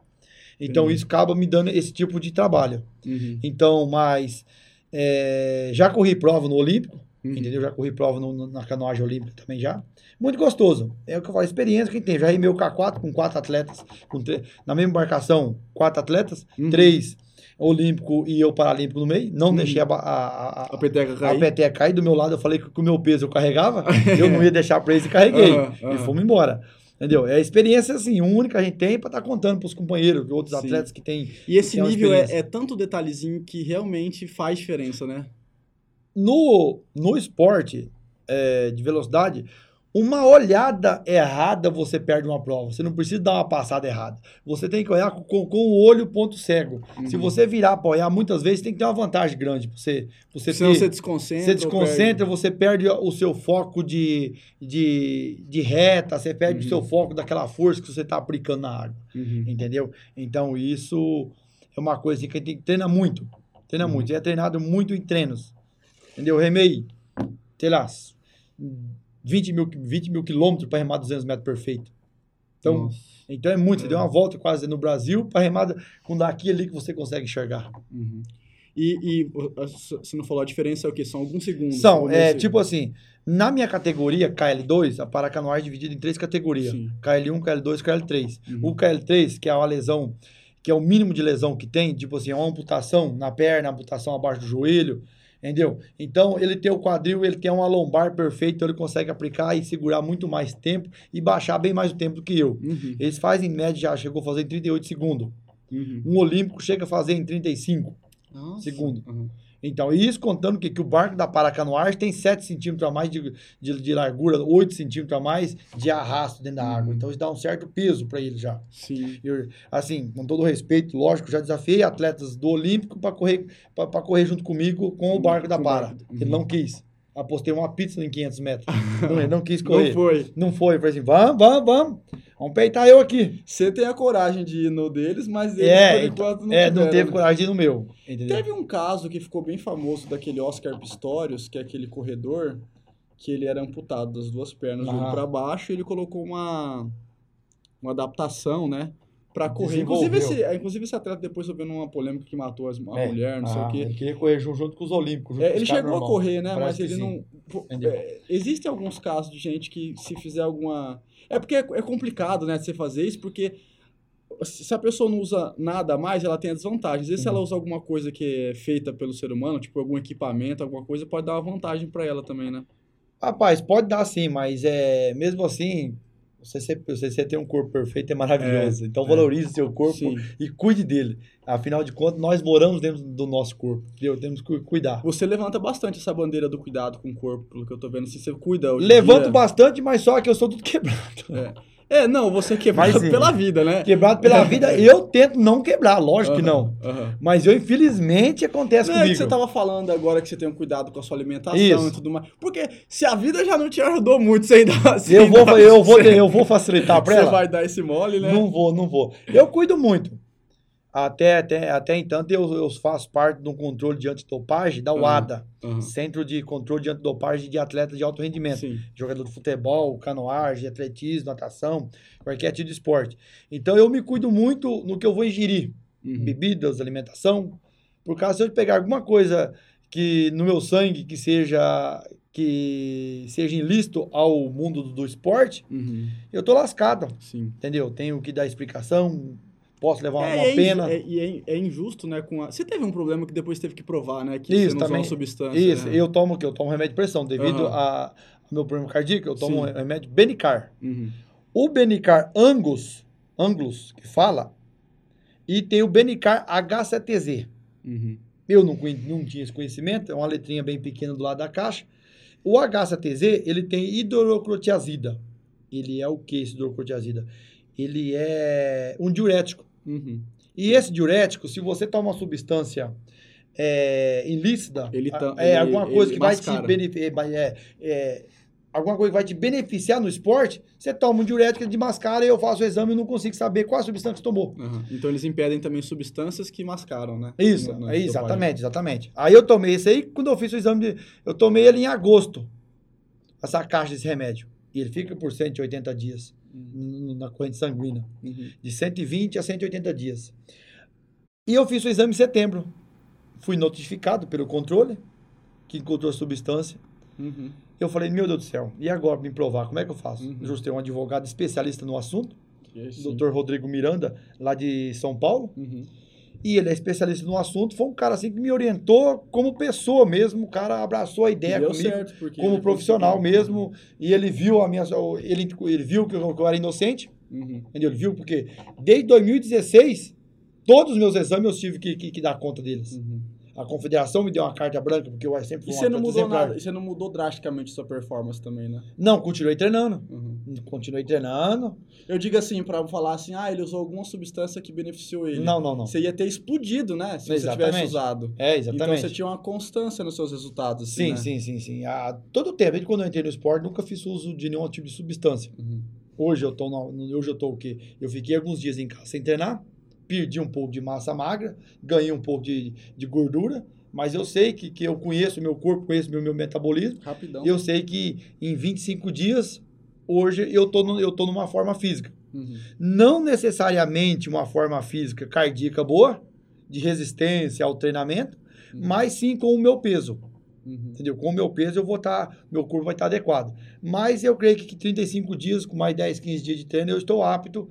C: Então,
A: Entendi.
C: isso acaba me dando esse tipo de trabalho.
B: Uhum.
C: Então, mas é, já corri prova no Olímpico,
B: Uhum.
C: entendeu? Já corri prova no- no- na canoagem olímpica também já. Muito gostoso. É o que eu falo, experiência que tem. Já rimei o K4 com quatro atletas, com tre- na mesma embarcação, quatro atletas,
B: Uhum.
C: três olímpico e eu paralímpico no meio. Não deixei a, ba- a, a, a,
A: Uhum. A peteca
C: a
A: cair.
C: peteca cair do meu lado. Eu falei que com o meu peso eu carregava, eu não ia deixar pra eles e carreguei.
A: Aham,
C: E
A: aham.
C: fomos embora. Entendeu? É a experiência assim, única que a gente tem pra estar contando pros companheiros, outros
A: Sim.
C: atletas que tem
A: E esse
C: É uma
A: nível é,
C: experiência.
A: é tanto detalhezinho que realmente faz diferença, né?
C: no, no esporte é, de velocidade, uma olhada errada você perde uma prova. Você não precisa dar uma passada errada. Você tem que olhar com, com o olho ponto cego. Se
B: Uhum.
C: você virar para olhar, muitas vezes tem que ter uma vantagem grande. pra Você, pra você,
A: Senão
C: ter-
A: você desconcentra.
C: você
A: ou
C: desconcentra, você perde o seu foco de, de, de reta, você perde
B: Uhum.
C: o seu foco daquela força que você está aplicando na água.
B: Uhum.
C: Entendeu? Então, isso é uma coisa assim, que a gente treina muito. Treina
B: Uhum.
C: muito. E é treinado muito em treinos. Entendeu? Remei, sei lá, 20 mil, 20 mil quilômetros para remar 200 metros perfeito. Então,
A: Nossa.
C: então é muito. Você
A: É.
C: deu uma volta quase no Brasil para remar com daqui ali que você consegue enxergar.
B: Uhum.
A: E, e o- a- se você não falou, a diferença é o quê? São alguns segundos.
C: São,
A: alguns
C: é,
A: segundos.
C: tipo assim, na minha categoria, KL2, a paracanoagem é dividida em três categorias.
A: Sim.
C: KL1, KL2, KL3.
B: Uhum.
C: O KL3, que é uma lesão, que é o mínimo de lesão que tem, tipo assim, é uma amputação na perna, amputação abaixo do joelho, entendeu? Então, ele tem o quadril, ele tem uma lombar perfeita, então ele consegue aplicar e segurar muito mais tempo e baixar bem mais o tempo do que eu.
B: Uhum.
C: Eles fazem, em média, já chegou a fazer em 38 segundos.
B: Uhum.
C: Um olímpico chega a fazer em 35
A: Nossa.
C: segundos.
B: Uhum.
C: Então, e isso contando que, que o barco da paracanoagem tem 7 centímetros a mais de, de, de largura, 8 centímetros a mais de arrasto dentro da
B: Uhum.
C: água. Então, isso dá um certo peso para ele já.
A: Sim.
C: Eu, assim, com todo respeito, lógico, já desafiei atletas do Olímpico para correr, para correr junto comigo com o barco da
B: Com o
C: Para.
B: barco.
C: Ele não quis. Apostei uma pizza em 500 metros. não, ele não quis
A: Não
C: correr. Não foi.
A: foi.
C: Eu falei assim, vamos, vamos, vamos. Vamos peitar eu aqui.
B: Você tem a coragem de ir no deles, mas eles,
C: É,
B: por enquanto, não
C: é, não
B: tiveram,
C: teve
B: né?
C: coragem de ir no meu. Entendeu?
B: Teve um caso que ficou bem famoso daquele Oscar Pistorius, que é aquele corredor que ele era amputado das duas pernas, do
C: Ah.
B: olho pra baixo, e ele colocou uma, uma adaptação, né? Pra correr.
C: Desenvolveu.
B: Inclusive esse, inclusive, esse atleta depois soube numa polêmica que matou as- a
C: É.
B: mulher, não sei o
C: Ah,
B: quê.
C: Ele queria correr junto, junto com os Olímpicos. junto
B: É,
C: com os
B: ele
C: caras
B: chegou
C: normal.
B: a correr, né?
C: Parece
B: Mas
C: que
B: ele
C: sim.
B: não. pô,
C: Entendeu?
B: é, existem alguns casos de gente que se fizer alguma. É porque é, é complicado, né, de você fazer isso, porque se se a pessoa não usa nada a mais, ela tem a desvantagem. Às vezes, se
C: Uhum.
B: ela usa alguma coisa que é feita pelo ser humano, tipo algum equipamento, alguma coisa, pode dar uma vantagem pra ela também, né?
C: Rapaz, pode dar sim, mas é, mesmo assim, você, ser- você, ser- ter um corpo perfeito é maravilhoso. então
B: é.
C: valorize seu corpo
B: Sim.
C: e cuide dele. Afinal de contas, nós moramos dentro do nosso corpo, entendeu? Temos que cuidar.
B: Você levanta bastante essa bandeira do cuidado com o corpo, pelo que eu tô vendo. Assim, você cuida. hoje em
C: Levanto
B: dia.
C: bastante, mas só que eu sou tudo quebrado.
B: É, não, você é quebrado
C: Mas, é.
B: pela vida, né?
C: Quebrado pela vida, eu tento não quebrar, lógico que não.
B: Aham.
C: Mas eu, infelizmente, acontece
B: Não, é que
C: comigo.
B: você tava falando agora que você tem um cuidado com a sua alimentação
C: Isso.
B: e tudo mais. Porque se a vida já não te ajudou muito, você ainda assim.
C: Eu vou, eu vou,
B: você,
C: eu vou facilitar pra
B: você
C: ela.
B: vai dar esse mole, né?
C: Não vou, não vou. Eu cuido muito. Até, até, até entanto, eu, eu faço parte de um controle de antidopagem da
B: Aham.
C: UADA,
B: Aham.
C: Centro de Controle de Antidopagem de Atletas de Alto Rendimento.
B: Sim.
C: Jogador de futebol, canoagem, atletismo, natação, qualquer tipo de esporte. Então, eu me cuido muito no que eu vou ingerir.
B: Uhum.
C: Bebidas, alimentação. Por caso, se eu pegar alguma coisa que no meu sangue que seja que seja ilícito ao mundo do, do esporte,
B: Uhum.
C: eu tô lascado.
B: Sim.
C: Entendeu? Tenho que dar explicação, posso levar uma,
A: é,
C: pena.
A: É, e é, é injusto, né? Com a... Você teve um problema que depois teve que provar, né? Que
C: Isso,
A: você não usou
C: também.
A: uma substância.
C: Isso,
A: né?
C: eu tomo o quê? Eu tomo remédio de pressão. Devido
B: Aham.
C: a- ao meu problema cardíaco, eu tomo
B: Sim.
C: um remédio Benicar.
B: Uhum.
C: O Benicar Angus, Anglus, que fala, e tem o Benicar HCTZ.
B: Uhum.
C: Eu não, conhe- não tinha esse conhecimento, é uma letrinha bem pequena do lado da caixa. O HCTZ, ele tem hidrocrotiazida. Ele é o que esse hidrocrotiazida? Ele é um diurético.
B: Uhum.
C: E esse diurético, se você toma uma substância é, ilícita,
B: Ele tam-
C: é
B: ele-
C: alguma coisa
B: ele
C: que vai te
B: mascara.
C: beneficiar, é, é, alguma coisa que vai te beneficiar no esporte, você toma um diurético de mascara e eu faço o exame e não consigo saber qual a substância que você tomou.
A: Aham. Então eles impedem também substâncias que mascaram, né?
C: Isso,
A: No- no-
C: é,
A: dopagem.
C: exatamente, exatamente. Aí eu tomei esse aí, quando eu fiz o exame, de, eu tomei ele em agosto, essa caixa desse remédio. E ele fica por 180 dias n- na corrente sanguínea,
B: Uhum.
C: de 120 a 180 dias. E eu fiz o exame em setembro. Fui notificado pelo controle que encontrou a substância.
B: Uhum.
C: Eu falei, meu Deus do céu, e agora pra me provar, como é que eu faço?
B: Uhum.
C: Justo tem um advogado especialista no assunto,
B: Ok,
C: o
B: sim.
C: doutor Rodrigo Miranda, lá de São Paulo.
B: Uhum.
C: E ele é especialista no assunto, foi um cara assim que me orientou como pessoa mesmo, o cara abraçou a
B: E
C: ideia
B: deu
C: comigo,
B: certo, porque...
C: como profissional mesmo, e ele viu a minha, ele, ele viu que eu, que eu era inocente,
B: Uhum.
C: entendeu? Ele viu porque desde 2016, todos os meus exames eu tive que, que, que dar conta deles.
B: Uhum.
C: A confederação me deu uma carta branca, porque eu sempre fui
B: E
C: um
B: você não
C: atleta
B: mudou
C: exemplar.
B: nada, e você não mudou drasticamente sua performance também, né?
C: Não, continuei treinando,
B: Uhum.
C: continuei treinando,
B: Eu digo assim, pra falar assim, ah, ele usou alguma substância que beneficiou ele.
C: não, não, não.
B: Você ia ter explodido, né? Se você
C: Exatamente.
B: tivesse usado.
C: É,
B: Então
C: exatamente.
B: você tinha uma constância nos seus resultados, assim,
C: Sim,
B: né?
C: sim, sim, sim. Há todo o tempo, desde quando eu entrei no esporte, nunca fiz uso de nenhum tipo de substância.
B: Uhum.
C: Hoje eu tô, na- hoje eu tô o quê? Eu fiquei alguns dias em casa sem treinar, perdi um pouco de massa magra, ganhei um pouco de, de gordura, mas eu sei que, que eu conheço o meu corpo, conheço o meu, meu metabolismo,
B: Rapidão.
C: e eu sei que em 25 dias, hoje eu tô, no- eu tô numa forma física.
B: Uhum.
C: Não necessariamente uma forma física cardíaca boa, de resistência ao treinamento,
B: Uhum.
C: mas sim com o meu peso
B: Uhum.
C: entendeu? Com o meu peso, eu vou estar, meu corpo vai estar adequado. Mas eu creio que 35 dias, com mais 10, 15 dias de treino, eu estou apto,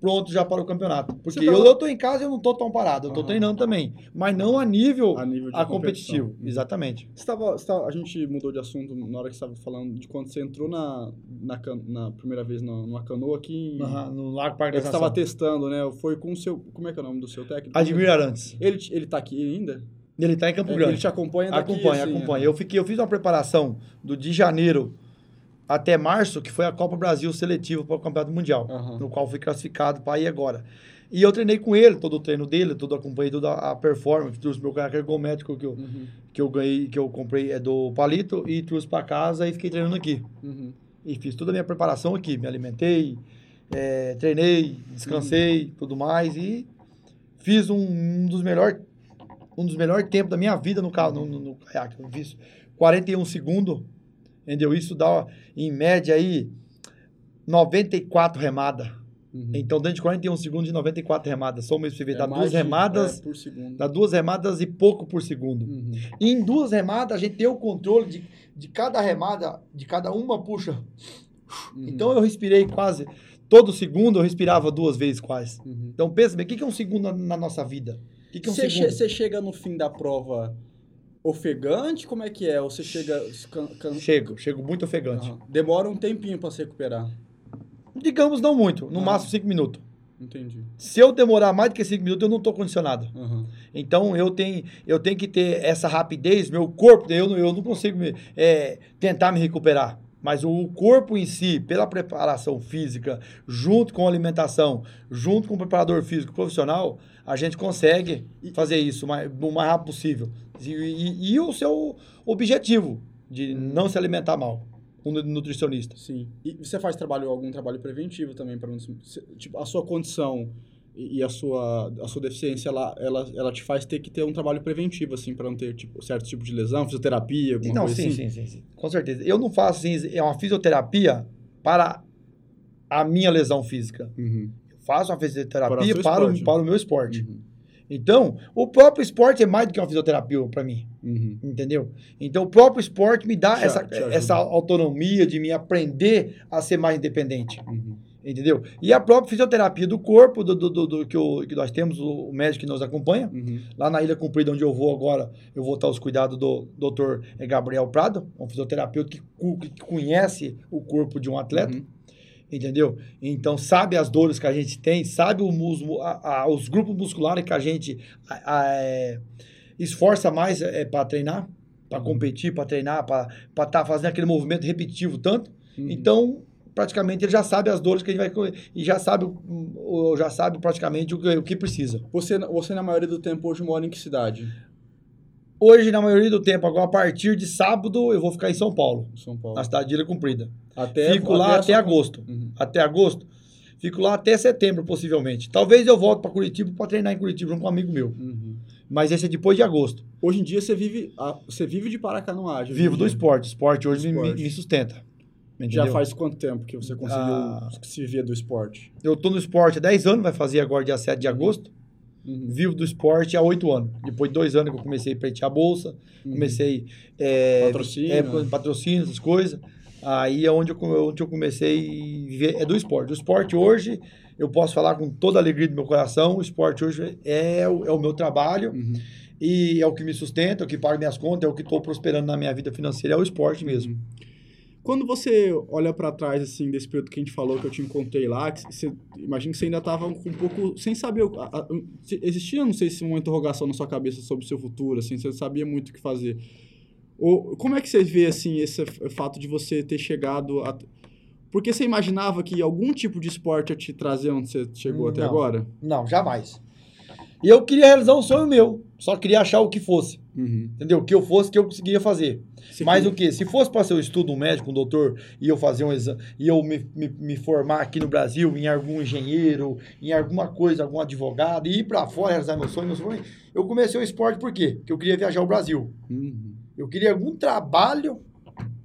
C: pronto já para o campeonato. Porque
B: Você tá-
C: eu, eu tô em casa, eu não estou tão parado, eu estou
B: Aham.
C: treinando também, mas não a nível
B: A
C: a,
B: nível de
C: competitivo,
B: competição. Uhum.
C: exatamente.
B: Você tava, você tava- a gente mudou de assunto na hora que você estava falando de quando você entrou na, na, can- na primeira vez na, numa canoa aqui em, É
C: Na- No Lago Parque
B: Ele
C: da
B: estava
C: Nação.
B: testando, né? Foi com o seu. Como é que é o nome do seu técnico?
C: Admiro Arantes.
B: Ele, ele tá aqui ainda?
C: Ele está em Campo
B: É,
C: Grande.
B: Ele te acompanha daqui,
C: Acompanha,
B: assim,
C: acompanha. Eu, fiquei, eu fiz uma preparação do de janeiro até março, que foi a Copa Brasil seletiva para o Campeonato Mundial,
B: Aham.
C: no qual fui classificado para ir agora. E eu treinei com ele, todo o treino dele, todo acompanhei toda a performance, trouxe meu caráter ergométrico que eu,
B: Uhum,
C: que eu ganhei, que eu comprei é do Palito e trouxe para casa e fiquei treinando aqui.
B: uhum.
C: E fiz toda a minha preparação aqui, me alimentei, eh, treinei, descansei,
B: Uhum.
C: tudo mais e fiz um, um dos melhores um dos melhores tempos da minha vida no carro, no, no, no caiaque. Eu fiz 41 segundos, entendeu? Isso dá em média aí 94 remadas.
B: uhum.
C: Então, dentro de 41 segundos de 94 remadas, soma isso, você vê,
B: É
C: dá
B: mais
C: duas
B: de-
C: remadas,
B: é, por segundo.
C: dá duas remadas e pouco por segundo.
B: Uhum.
C: E em duas remadas, a gente tem o controle de, de cada remada, de cada uma puxa.
B: uhum,
C: Então eu respirei quase. Todo segundo eu respirava duas vezes quase.
B: uhum.
C: Então pensa bem, o que que é um segundo na, na nossa vida? O que que é um
B: Você che-
C: segundo?
B: você chega no fim da prova ofegante? Como é que é? Ou você chega. can- can-
C: Chego, chego muito ofegante.
B: Aham. Demora um tempinho pra se recuperar.
C: Digamos não muito, no
B: Ah.
C: máximo cinco minutos.
B: Entendi.
C: Se eu demorar mais do que cinco minutos, eu não estou condicionado.
B: Aham.
C: Então eu tenho, eu tenho que ter essa rapidez, meu corpo, eu, não- eu não consigo me, é, tentar me recuperar. Mas o corpo em si, pela preparação física, junto com a alimentação, junto com o preparador físico profissional, a gente consegue fazer isso o mais- o mais rápido possível. E, e- e o seu objetivo de não se alimentar mal, um nu- nutricionista.
B: Sim. E você faz trabalho, algum trabalho preventivo também para não se- se- tipo a sua condição e e a sua a sua deficiência ela, ela ela te faz ter que ter um trabalho preventivo assim para não ter tipo certo tipo de lesão, fisioterapia, alguma
C: Não,
B: coisa
C: Então, sim,
B: assim.
C: sim, sim, sim. Com certeza. Eu não faço assim, é uma fisioterapia para a minha lesão física.
B: Uhum,
C: faço uma
B: Para o seu
C: fisioterapia para,
B: esporte.
C: o, para o meu esporte.
B: uhum,
C: Então, o próprio esporte é mais do que uma fisioterapia para mim,
B: uhum.
C: entendeu? Então, o próprio esporte me dá
B: Te
C: essa,
B: a- te ajuda.
C: essa autonomia de me aprender a ser mais independente,
B: uhum.
C: entendeu? E a própria fisioterapia do corpo, do, do, do- do que, o- que nós temos, o, o médico que nos acompanha,
B: uhum.
C: lá na Ilha Cumprida, onde eu vou agora, eu vou estar aos cuidados do doutor eh, Gabriel Prado, um fisioterapeuta que, cu- que conhece o corpo de um atleta.
B: Uhum.
C: Entendeu? Então, sabe as dores que a gente tem, sabe o musmo, a- a- os grupos musculares que a gente a- a- é, esforça mais é, para treinar, para
B: Uhum.
C: competir, para treinar, para estar fazendo aquele movimento repetitivo tanto.
B: Uhum.
C: Então, praticamente, ele já sabe as dores que ele vai. co- E já sabe, o- o- já sabe praticamente o que, o que precisa.
B: Você você na maioria do tempo hoje mora em que cidade?
C: Hoje, na maioria do tempo, agora a partir de sábado, eu vou ficar em São Paulo,
B: São Paulo.
C: na cidade de Ilha Comprida.
B: Até,
C: Fico lá até
B: essa-
C: agosto.
B: Uhum.
C: Até agosto. Fico lá até setembro, possivelmente. Talvez eu volte para Curitiba para treinar em Curitiba com um amigo meu.
B: Uhum.
C: Mas esse é depois de agosto.
B: Hoje em dia você vive, a- você vive de paracanoagem. hoje em
C: Vivo do
B: dia.
C: esporte. Esporte hoje me-
B: Esporte.
C: Me, sustenta.
B: Já
C: Entendeu?
B: faz quanto tempo que você conseguiu
C: Ah.
B: se ver do esporte?
C: Eu tô no esporte há 10 anos, vai fazer agora dia 7 de agosto.
B: Uhum.
C: Vivo do esporte há 8 anos. Depois de dois anos que eu comecei a pleitear a bolsa, comecei é,
B: Uhum. Patrocínio. né?
C: é, com patrocínio, essas coisas. Aí é onde eu, come- onde eu comecei a viver, é do esporte. O esporte hoje, eu posso falar com toda a alegria do meu coração, o esporte hoje é, o- é o meu trabalho
B: Uhum.
C: e é o que me sustenta, é o que paga minhas contas, é o que estou prosperando na minha vida financeira, é o esporte mesmo.
B: Quando você olha pra trás, assim, desse período que a gente falou, que eu te encontrei lá, que você, imagino que você ainda tava um pouco sem saber... o- a- a- se- existia, não sei se, uma interrogação na sua cabeça sobre o seu futuro, assim, você não sabia muito o que fazer. Ou, como é que você vê, assim, esse f- fato de você ter chegado... A, porque você imaginava que algum tipo de esporte ia te trazer onde você chegou até
C: Não.
B: agora?
C: Não, jamais. E eu queria realizar um sonho meu, só queria achar o que fosse,
B: Uhum.
C: entendeu? O que eu fosse, que eu conseguia fazer.
B: Você
C: Mas
B: queria-
C: o que? Se fosse para ser um estudo, um médico, um doutor, e eu fazer um exame, e eu me, me, me formar aqui no Brasil em algum engenheiro, em alguma coisa, algum advogado, e ir para fora realizar meu sonho, meu sonho, eu comecei o esporte por quê? Porque eu queria viajar ao Brasil.
B: Uhum.
C: Eu queria algum trabalho,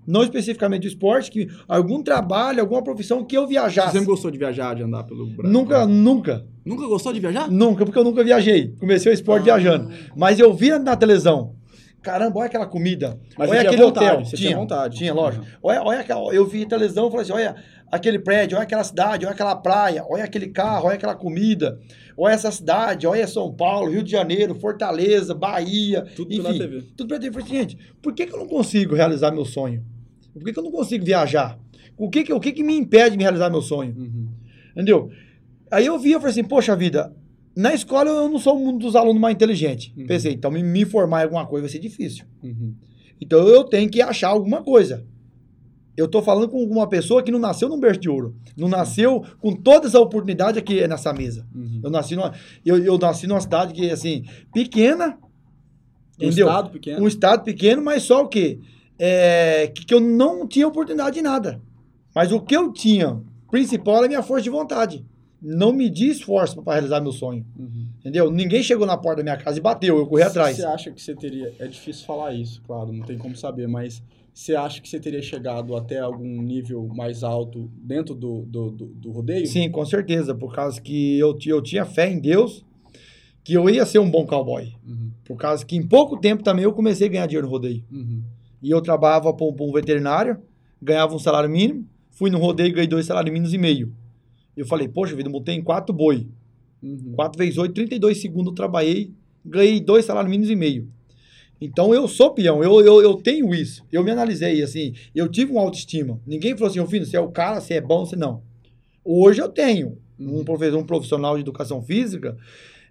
C: não especificamente o esporte, que algum trabalho, alguma profissão que eu
B: Você
C: viajasse.
B: sempre gostou de viajar, de andar pelo Brasil?
C: Nunca, nunca,
B: Nunca gostou de viajar?
C: nunca, porque eu nunca viajei. Comecei o esporte
B: Ah.
C: viajando. Mas eu via na televisão. Caramba, olha aquela comida.
B: Mas você
C: olha
B: tinha
C: aquele
B: vontade,
C: hotel.
B: você tinha
C: tinha,
B: vontade.
C: Tinha, lógico. Olha, olha aquela, eu vi televisão e falei assim: olha aquele prédio, olha aquela cidade, olha aquela praia, olha aquele carro, olha aquela comida, olha essa cidade, olha São Paulo, Rio de Janeiro, Fortaleza, Bahia.
B: Tudo
C: enfim,
B: pela TV.
C: Tudo pra TV. Eu falei, assim, gente, por que, que eu não consigo realizar meu sonho? Por que, que eu não consigo viajar? O que, que, o que, que me impede de me realizar meu sonho?
B: Uhum.
C: Entendeu? Aí eu vi, eu falei assim, poxa vida, na escola eu não sou um dos alunos mais inteligentes.
B: Uhum.
C: Pensei, então me, me formar em alguma coisa vai ser difícil.
B: Uhum.
C: Então eu tenho que achar alguma coisa. Eu tô falando com uma pessoa que não nasceu num berço de ouro. Não nasceu com toda essa oportunidade aqui nessa mesa.
B: Uhum.
C: Eu nasci numa, eu, eu nasci numa cidade que, assim, pequena. Entendeu?
B: Um estado pequeno.
C: um estado pequeno, mas só o quê? É, que, que eu não tinha oportunidade de nada. Mas o que eu tinha, principal, era minha força de vontade. Não medi esforço para realizar meu sonho,
B: Uhum.
C: entendeu? Ninguém chegou na porta da minha casa e bateu, eu corri Um atrás.
B: Você acha que você teria... É difícil falar isso, claro, não tem como saber, mas você acha que você teria chegado até algum nível mais alto dentro do, do, do, do rodeio?
C: Sim, com certeza, por causa que eu, ti- eu tinha fé em Deus, que eu ia ser um bom cowboy.
B: Uhum.
C: Por causa que em pouco tempo também eu comecei a ganhar dinheiro no rodeio.
B: Uhum.
C: E eu trabalhava para um veterinário, ganhava um salário mínimo, fui no rodeio e ganhei dois salários mínimos e meio. Eu falei, poxa vida, montei em quatro boi.
B: Uhum.
C: 4 vezes 8, 32 segundos eu trabalhei, ganhei dois salários mínimos e meio. Então eu sou peão, eu, eu, eu tenho isso. Eu me analisei assim, eu tive uma autoestima. Ninguém falou assim, ô filho, você é o cara, você é bom, você não. Hoje eu tenho um, professor, um profissional de educação física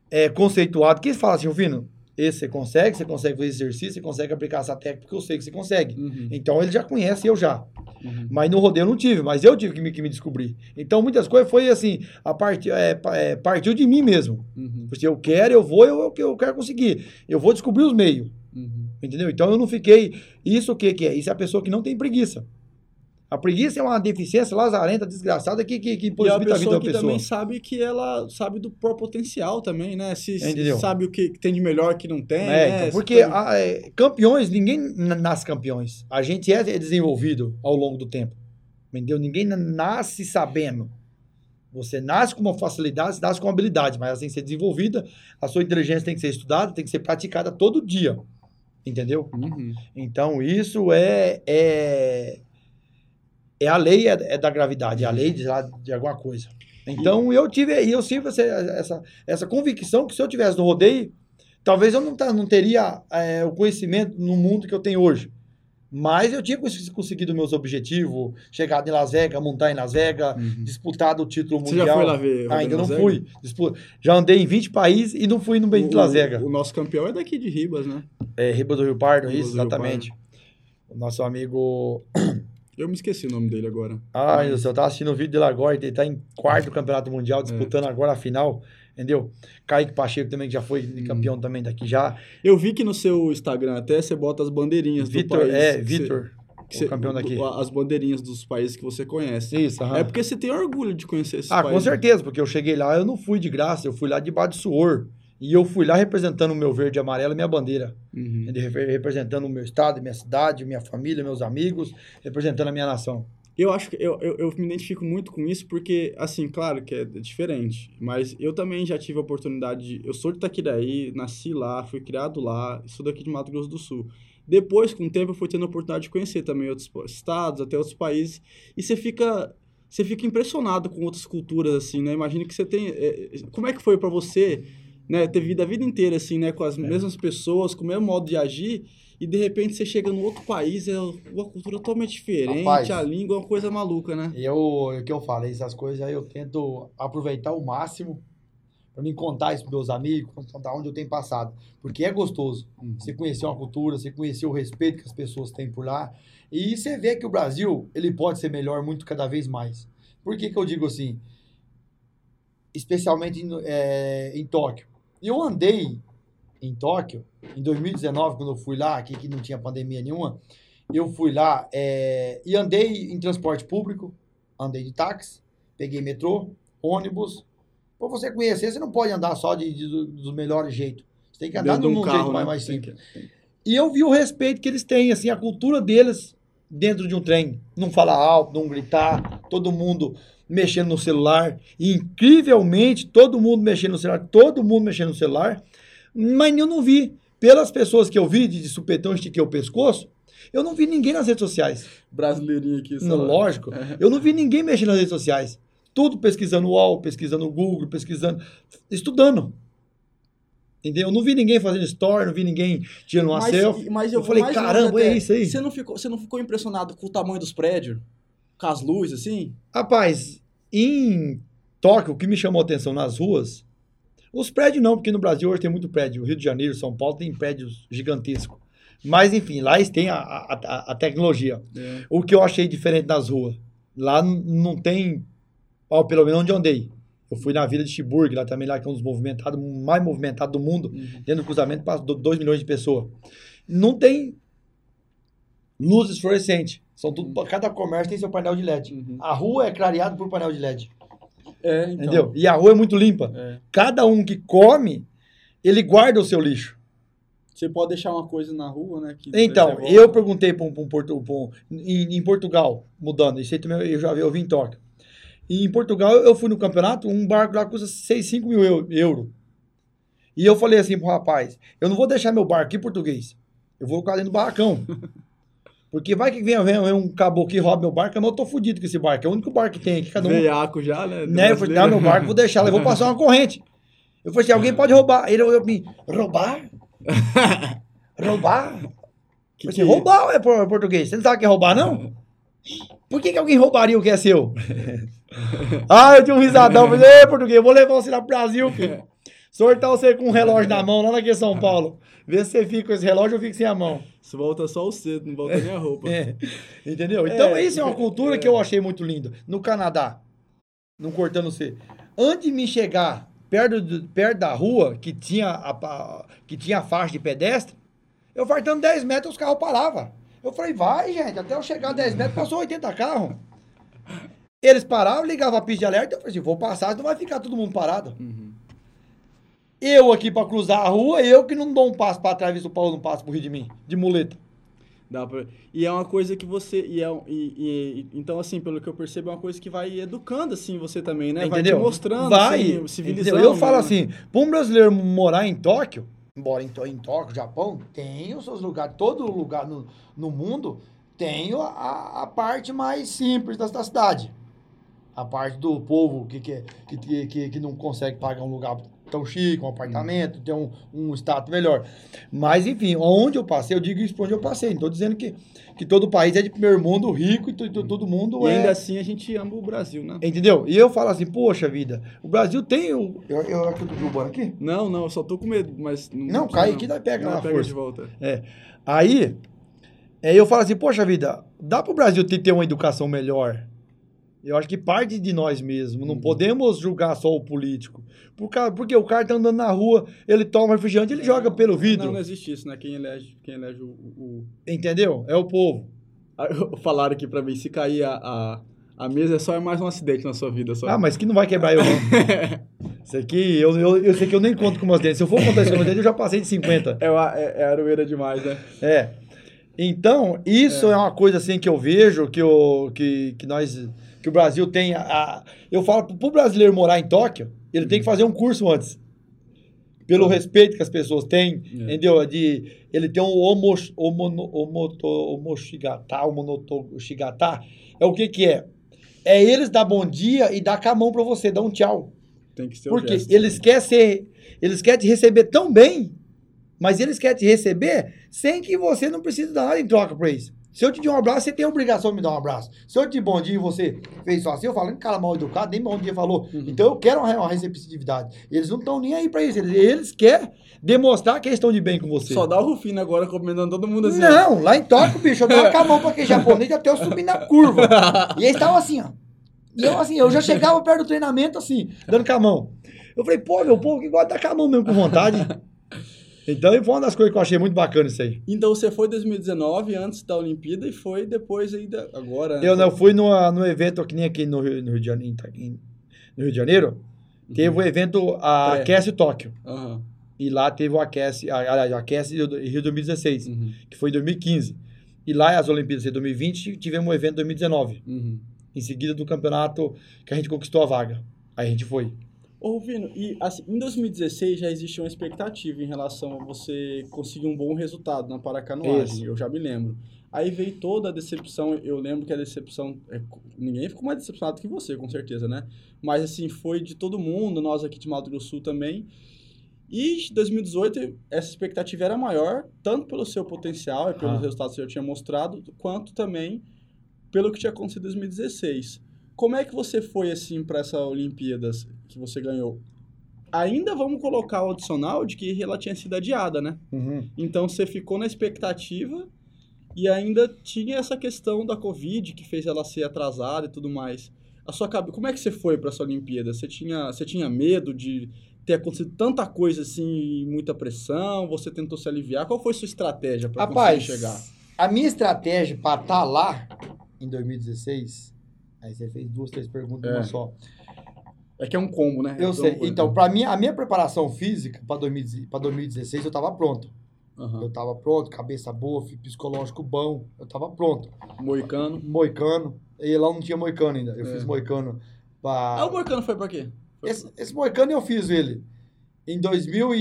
C: é, conceituado que fala assim, ô filho, esse você consegue, você consegue fazer exercício, você consegue aplicar essa técnica, porque eu sei que você consegue.
B: Uhum.
C: Então ele já conhece, eu já.
B: Uhum.
C: Mas no rodeio eu não tive, mas eu tive que me, que me descobrir. Então muitas coisas foi assim, a parte, é, pa- é, partiu de mim mesmo.
B: Uhum.
C: Se eu quero, eu vou, eu, eu, eu quero conseguir. Eu vou descobrir os meios,
B: Uhum.
C: entendeu? Então eu não fiquei. Isso o que, que é? Isso é a pessoa que não tem preguiça. A preguiça é uma deficiência lazarenta, desgraçada, que, que, que
B: E é uma
C: impossibilita a vida
B: pessoa
C: da
B: que
C: pessoa.
B: também sabe que ela sabe do próprio potencial também, né? Se, se
C: Entendeu?
B: sabe o que tem de melhor que não tem,
C: É,
B: né?
C: então,
B: Se
C: porque
B: tem-
C: a- é, campeões, ninguém na- nasce campeões. A gente é desenvolvido ao longo do tempo. Entendeu? Ninguém na- nasce sabendo. Você nasce com uma facilidade, você nasce com uma habilidade, mas ela tem que ser desenvolvida. A sua inteligência tem que ser estudada, tem que ser praticada todo dia. Entendeu?
B: Uhum.
C: Então, isso é, é, é a lei é, é da gravidade, é a lei de, lá- de alguma coisa. Então, eu tive e eu tive essa, essa, essa convicção que se eu tivesse no rodeio, talvez eu não, tá, não teria é, o conhecimento no mundo que eu tenho hoje. Mas eu tinha cons- conseguido meus objetivos, chegado em Las Vegas, montar em Las Vegas,
B: Uhum.
C: disputado o título
B: Você
C: mundial.
B: já foi lá ver?
C: Ah,
B: Rodeio
C: ainda não
B: Las Vegas?
C: fui. Dispu- Já andei em 20 países e não fui no Bendito Las Vegas.
B: O, o nosso campeão é daqui de Ribas, né?
C: É, Riba do Rio Pardo,
B: Riba
C: isso,
B: do Rio
C: exatamente. O nosso amigo
B: Eu me esqueci o nome dele agora.
C: Ai, meu Deus, eu tava assistindo o vídeo dele agora, ele tá em quarto do Campeonato
B: É.
C: Mundial, disputando agora a final, entendeu? Kaique Pacheco também, que já foi
B: Hum.
C: campeão também daqui já.
B: Eu vi que no seu Instagram até você bota as bandeirinhas do
C: Vitor,
B: país.
C: é,
B: que
C: Vitor,
B: você- que
C: o
B: você-
C: campeão
B: do-
C: daqui.
B: As bandeirinhas dos países que você conhece.
C: Isso, aham.
B: É porque você tem orgulho de conhecer né? esses
C: Ah,
B: países.
C: com certeza, porque eu cheguei lá, eu não fui de graça, eu fui lá debaixo de suor. E eu fui lá representando o meu verde, e amarelo e minha bandeira.
B: Uhum.
C: entendeu? Repre- Representando o meu estado, minha cidade, minha família, meus amigos, representando a minha nação.
B: Eu acho que eu, eu, eu me identifico muito com isso porque, assim, claro que é diferente, mas eu também já tive a oportunidade. De, eu sou de Itaquiraí, nasci lá, fui criado lá, sou daqui de Mato Grosso do Sul. Depois, com o tempo, eu fui tendo a oportunidade de conhecer também outros pa- estados, até outros países, e você fica. Você fica impressionado com outras culturas, assim, né? Imagina que você tem. é, é, Como é que foi pra você, né? Ter vivido a vida inteira, assim, né? Com as mesmas pessoas, com o mesmo modo de agir, e de repente você chega num outro país, é uma cultura totalmente diferente,
C: Rapaz.
B: a língua é uma coisa maluca, né?
C: E eu, é o que eu falei, essas coisas aí eu tento aproveitar o máximo para me contar isso pros meus amigos, contar onde eu tenho passado. Porque é gostoso. Você conhecer uma cultura, você conhecer o respeito que as pessoas têm por lá. E você vê que o Brasil, ele pode ser melhor muito cada vez mais. Por que que eu digo assim? Especialmente em, eh, em Tóquio. Eu andei em Tóquio, em 2019, quando eu fui lá, aqui que não tinha pandemia nenhuma, eu fui lá eh, e andei em transporte público, andei de táxi, peguei metrô, ônibus. Para você conhecer, você não pode andar só de, de, do- dos melhores jeitos. Você tem que andar
B: Dentro de
C: num
B: um
C: jeito
B: carro,
C: mais,
B: né?
C: mais
B: Tem
C: simples. E eu vi o respeito que eles têm, assim, a cultura deles dentro de um trem. Não falar alto, não gritar, todo mundo mexendo no celular. E, incrivelmente, todo mundo mexendo no celular, todo mundo mexendo no celular. Mas eu não vi. Pelas pessoas que eu vi, de de supetão, estiquei o pescoço, eu não vi ninguém nas redes sociais.
B: Brasileirinho aqui,
C: Não, lógico. Eu não vi ninguém mexendo nas redes sociais. Tudo pesquisando UOL, pesquisando Google, pesquisando, estudando. Entendeu? Eu não vi ninguém fazendo story, não vi ninguém tirando uma selfie.
B: mas
C: eu falei,
B: mais longe
C: caramba, é
B: até.
C: isso aí.
B: Você não, ficou, você não ficou impressionado com o tamanho dos prédios? Com as luzes, assim?
C: Rapaz, em Tóquio, o que me chamou a atenção nas ruas, os prédios não, porque no Brasil hoje tem muito prédio. Rio de Janeiro, São Paulo tem prédios gigantescos. Mas, enfim, lá eles têm a, a- a- a tecnologia.
B: É.
C: O que eu achei diferente nas ruas? Lá n- não tem, ó, pelo menos onde eu andei. Eu fui na Vila de Chiburg, lá também, lá que é um dos movimentados, mais movimentados do mundo.
B: uhum.
C: Dentro do cruzamento passa 2 milhões de pessoas. Não tem luzes fluorescentes. São tudo, cada comércio tem seu painel de LED.
B: Uhum.
C: A rua é clareada por painel de LED,
B: É, então.
C: entendeu? E a rua é muito limpa.
B: É.
C: Cada um que come, ele guarda o seu lixo.
B: Você pode deixar uma coisa na rua, né? que
C: Então,
B: você volta.
C: eu perguntei para um, pra um portu- pra um- em, em Portugal, mudando, isso aí também eu já vi, eu vi em Tóquio. E em Portugal, eu fui no campeonato, um barco lá custa 6, 5 mil eu- euro. E eu falei assim pro rapaz, eu não vou deixar meu barco em português, eu vou colocar dentro do barracão. Porque vai que vem, vem, vem um caboclo que rouba meu barco, mas eu tô fudido com esse barco, é o único barco que tem aqui, cada um
B: Veiaco já, né? do
C: né? Eu falei, tá, meu
B: brasileiro.
C: barco, vou deixar lá, eu vou passar uma corrente. Eu falei assim, alguém pode roubar. Ele olhou pra mim, roubar? roubar?
B: Que
C: Eu
B: que-
C: falei, roubar é por- português, você não sabe o que é roubar, não? Por que, que alguém roubaria o que é seu? ah, eu tinha um risadão, eu falei, ei, português, eu vou levar você lá pro Brasil, filho. Sortar você com um relógio na mão, lá naquele São Paulo. Vê se você fica com esse relógio ou fica sem a mão.
B: Você volta só o cedo, não volta nem a roupa.
C: É, entendeu? Então,
B: É,
C: isso é uma cultura
B: é.
C: que eu achei muito linda. No Canadá, não cortando você. Antes de me chegar perto, do- perto da rua, que tinha a, pa- que tinha a faixa de pedestre, eu fartando 10 metros, os carros paravam. Eu falei, vai, gente, até eu chegar a 10 metros, passou 80 carros. Eles paravam, ligavam a pista de alerta, eu falei assim, vou passar, não vai ficar todo mundo parado.
B: Uhum.
C: Eu aqui pra cruzar a rua, eu que não dou um passo pra trás, ver se o Paulo não passa por rio de mim, de muleta.
B: Dá pra... E é uma coisa que você. E é, um- e, e- então, assim, pelo que eu percebo, é uma coisa que vai educando, assim, você também, né?
C: Entendeu?
B: Vai te mostrando,
C: Vai,
B: assim, civilizando.
C: entendeu? Eu falo
B: né?
C: assim, para um brasileiro morar em Tóquio, embora em, Tó- em Tóquio, Japão, tem os seus lugares, todo lugar no, no mundo tem a- a, a parte mais simples da, da cidade. A parte do povo que, que, que- que, que, que não consegue pagar um lugar tão chique, um apartamento, ter um, um status melhor. Mas, enfim, onde eu passei, eu digo isso pra onde eu passei. Não tô dizendo que, que todo país é de primeiro mundo, rico, e to- to- todo mundo
B: E
C: é...
B: ainda assim a gente ama o Brasil, né?
C: Entendeu? E eu falo assim, poxa vida, o Brasil tem um o. Eu, eu acho que eu tô derrubando aqui.
B: Não, não, eu só tô com medo, mas.
C: Não, cai aqui, daí pega
B: não
C: na
B: pega
C: força.
B: de volta.
C: Aí, Aí eu falo assim, poxa vida, dá para o Brasil ter, ter uma educação melhor? Eu acho que parte de nós mesmos. Não podemos julgar só o político. Por ca- porque o cara tá andando na rua, ele toma refrigerante, ele joga pelo vidro.
B: Não, assim. não existe isso, né? Quem elege, quem elege o, o-
C: Entendeu? É o povo.
B: o- Falaram aqui pra mim, se cair a, a, a mesa é só mais um acidente na sua vida. Só.
C: Ah, mas que não vai quebrar eu, não. Isso aqui, eu, eu, eu sei que eu nem conto com meus dentes. Se eu for contar isso com meus dentes, eu já passei de 50.
B: É, uma- é, é aroeira demais, né?
C: É. Então, isso é. uma coisa assim que eu vejo que, o, que, que nós. Que o Brasil tem. A, a- eu falo pro- pro brasileiro morar em Tóquio, ele tem que fazer um curso antes. Pelo respeito que as pessoas têm,
B: É.
C: entendeu? De, ele tem um homo- homono- homoto- homoshigatá, homonotoshigatá. É o que que é? É eles dar bom dia e dar com a mão pra você, dar um tchau.
B: Tem que ser o
C: Porque
B: gesto.
C: eles querem ser, eles querem te receber tão bem, mas eles querem te receber sem que você não precise dar nada em troca pra isso. Se eu te der um abraço, você tem a obrigação de me dar um abraço. Se eu te bom dia e você fez só assim, eu falo, "Que cara mal educado, nem bom dia falou.
B: Uhum.
C: Então eu quero uma, uma receptividade. Eles não estão nem aí pra isso. Eles, eles querem demonstrar que eles estão de bem com você.
B: Só dá o Rufino agora, comendando todo mundo assim. ó.
C: Não, lá em Tóquio, bicho, eu tava com a mão pra aquele japonês até eu subir na curva. E eles estavam assim, ó. E eu assim, eu já chegava perto do treinamento assim, dando com a mão. Eu falei, pô, meu povo que gosta de dar com a mão mesmo com vontade. Então, foi uma das coisas que eu achei muito bacana isso aí.
B: Então você foi em 2019, antes da Olimpíada, e foi depois ainda, agora. né?
C: Eu, eu fui numa, num evento que nem aqui no Rio, no Rio de Janeiro, em Ita- em- no Rio de Janeiro, teve o evento a
B: É.
C: Aquece Tóquio.
B: Uhum. Aham,
C: E lá teve o Aquece, a- aliás, o Aquece Rio 2016,
B: uhum,
C: que foi em 2015. E lá, as Olimpíadas de 2020, tivemos um evento em 2019.
B: uhum.
C: em seguida do campeonato que a gente conquistou a vaga. Aí a gente foi.
B: Ô, Rufino, e assim, em 2016 já existia uma expectativa em relação a você conseguir um bom resultado na paracanoagem,
C: Isso.
B: eu já me lembro. Aí veio toda a decepção, eu lembro que a decepção, é, co- ninguém ficou mais decepcionado que você, com certeza, né? Mas assim, foi de todo mundo, nós aqui de Mato Grosso do Sul também. E em 2018 essa expectativa era maior, tanto pelo seu potencial e pelos
C: Ah.
B: resultados que você já tinha mostrado, quanto também pelo que tinha acontecido em 2016. Como é que você foi assim para essa Olimpíadas que você ganhou? Ainda vamos colocar o adicional de que ela tinha sido adiada, né? Então você ficou na expectativa e ainda tinha essa questão da Covid que fez ela ser atrasada e tudo mais. A sua cabe... Como é que você foi para essa Olimpíada? Você tinha, você tinha medo de ter acontecido tanta coisa assim, e muita pressão? Você tentou se aliviar? Qual foi sua estratégia para conseguir
C: Rapaz,
B: chegar?
C: a minha estratégia para estar lá em 2016, aí você fez duas, três perguntas,
B: É.
C: uma só.
B: É que é um combo, né?
C: Eu
B: É
C: sei.
B: uma coisa.
C: Então, para mim, a minha preparação física para 2016, eu estava pronto.
B: Aham.
C: Eu estava pronto, cabeça boa, fi- psicológico bom, eu estava pronto.
B: Moicano.
C: Moicano, e lá não tinha moicano ainda. Eu
B: É.
C: fiz moicano
B: Ah, o
C: para
B: Moicano foi pra quê? Foi-
C: esse, esse moicano eu fiz ele em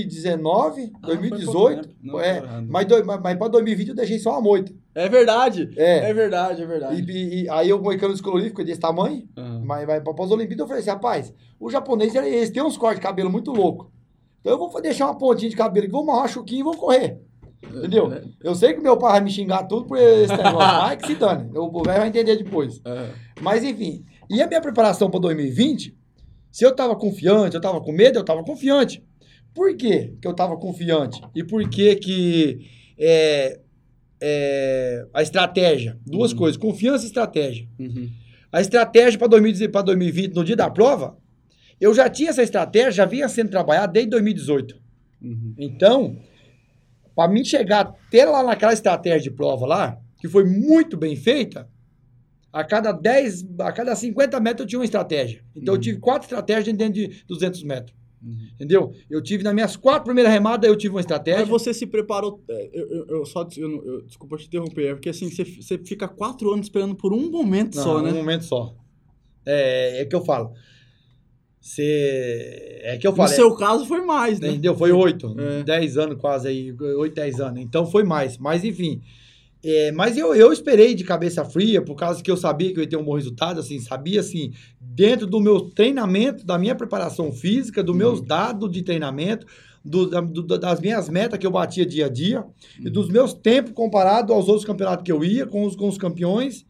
C: 2019,
B: Ah, foi pra
C: 2018.
B: Copa, né? Não,
C: é,
B: tô errado.
C: Mas, do, mas, mas pra 2020 eu deixei só uma moita.
B: É verdade!
C: É.
B: É verdade, é verdade.
C: E, e- aí o moicano descolorido ficou desse tamanho.
B: Aham.
C: Mas, mas para as Olimpíadas eu falei assim, rapaz, o japonês ele- eles têm uns cortes de cabelo muito louco. Então eu vou deixar uma pontinha de cabelo aqui, vou amarrar a chuquinha e vou correr. Entendeu?
B: É.
C: Eu sei que meu pai vai me xingar tudo por esse negócio. Ai, que se dane. O o velho vai entender depois.
B: É.
C: Mas enfim, e a minha preparação para 2020? Se eu tava confiante, eu tava com medo, eu tava confiante. Por que que eu tava confiante? E por que que é, é, a estratégia? Duas
B: Uhum.
C: coisas, confiança e estratégia.
B: Uhum.
C: A estratégia para 2020, no dia da prova, eu já tinha essa estratégia, já vinha sendo trabalhada desde 2018.
B: Uhum.
C: Então, para mim chegar até lá naquela estratégia de prova lá, que foi muito bem feita, a cada 10, a cada 50 metros eu tinha uma estratégia. Então
B: Uhum.
C: eu tive quatro estratégias dentro de 200 metros.
B: Uhum.
C: Entendeu? Eu tive nas minhas quatro primeiras remadas, eu tive uma estratégia.
B: Mas você se preparou. é, Eu, eu- eu só. Eu, não- eu- desculpa te interromper, é porque assim, você, você fica quatro anos esperando por um momento
C: Não,
B: só,
C: Um
B: né?
C: momento só. É, é que eu falo. Você. É que eu
B: No
C: falo. é-
B: seu caso foi mais, né?
C: Entendeu? Foi oito,
B: É.
C: dez anos quase aí, oito, dez anos. Então foi mais, mas enfim. É, mas eu, eu esperei de cabeça fria, por causa que eu sabia que eu ia ter um bom resultado, assim, sabia assim, dentro do meu treinamento, da minha preparação física,
B: Uhum.
C: dos meus dados de treinamento, do- da- do- da- das minhas metas que eu batia dia a dia, e
B: Uhum.
C: dos meus tempos comparado aos outros campeonatos que eu ia, com os, com os campeões.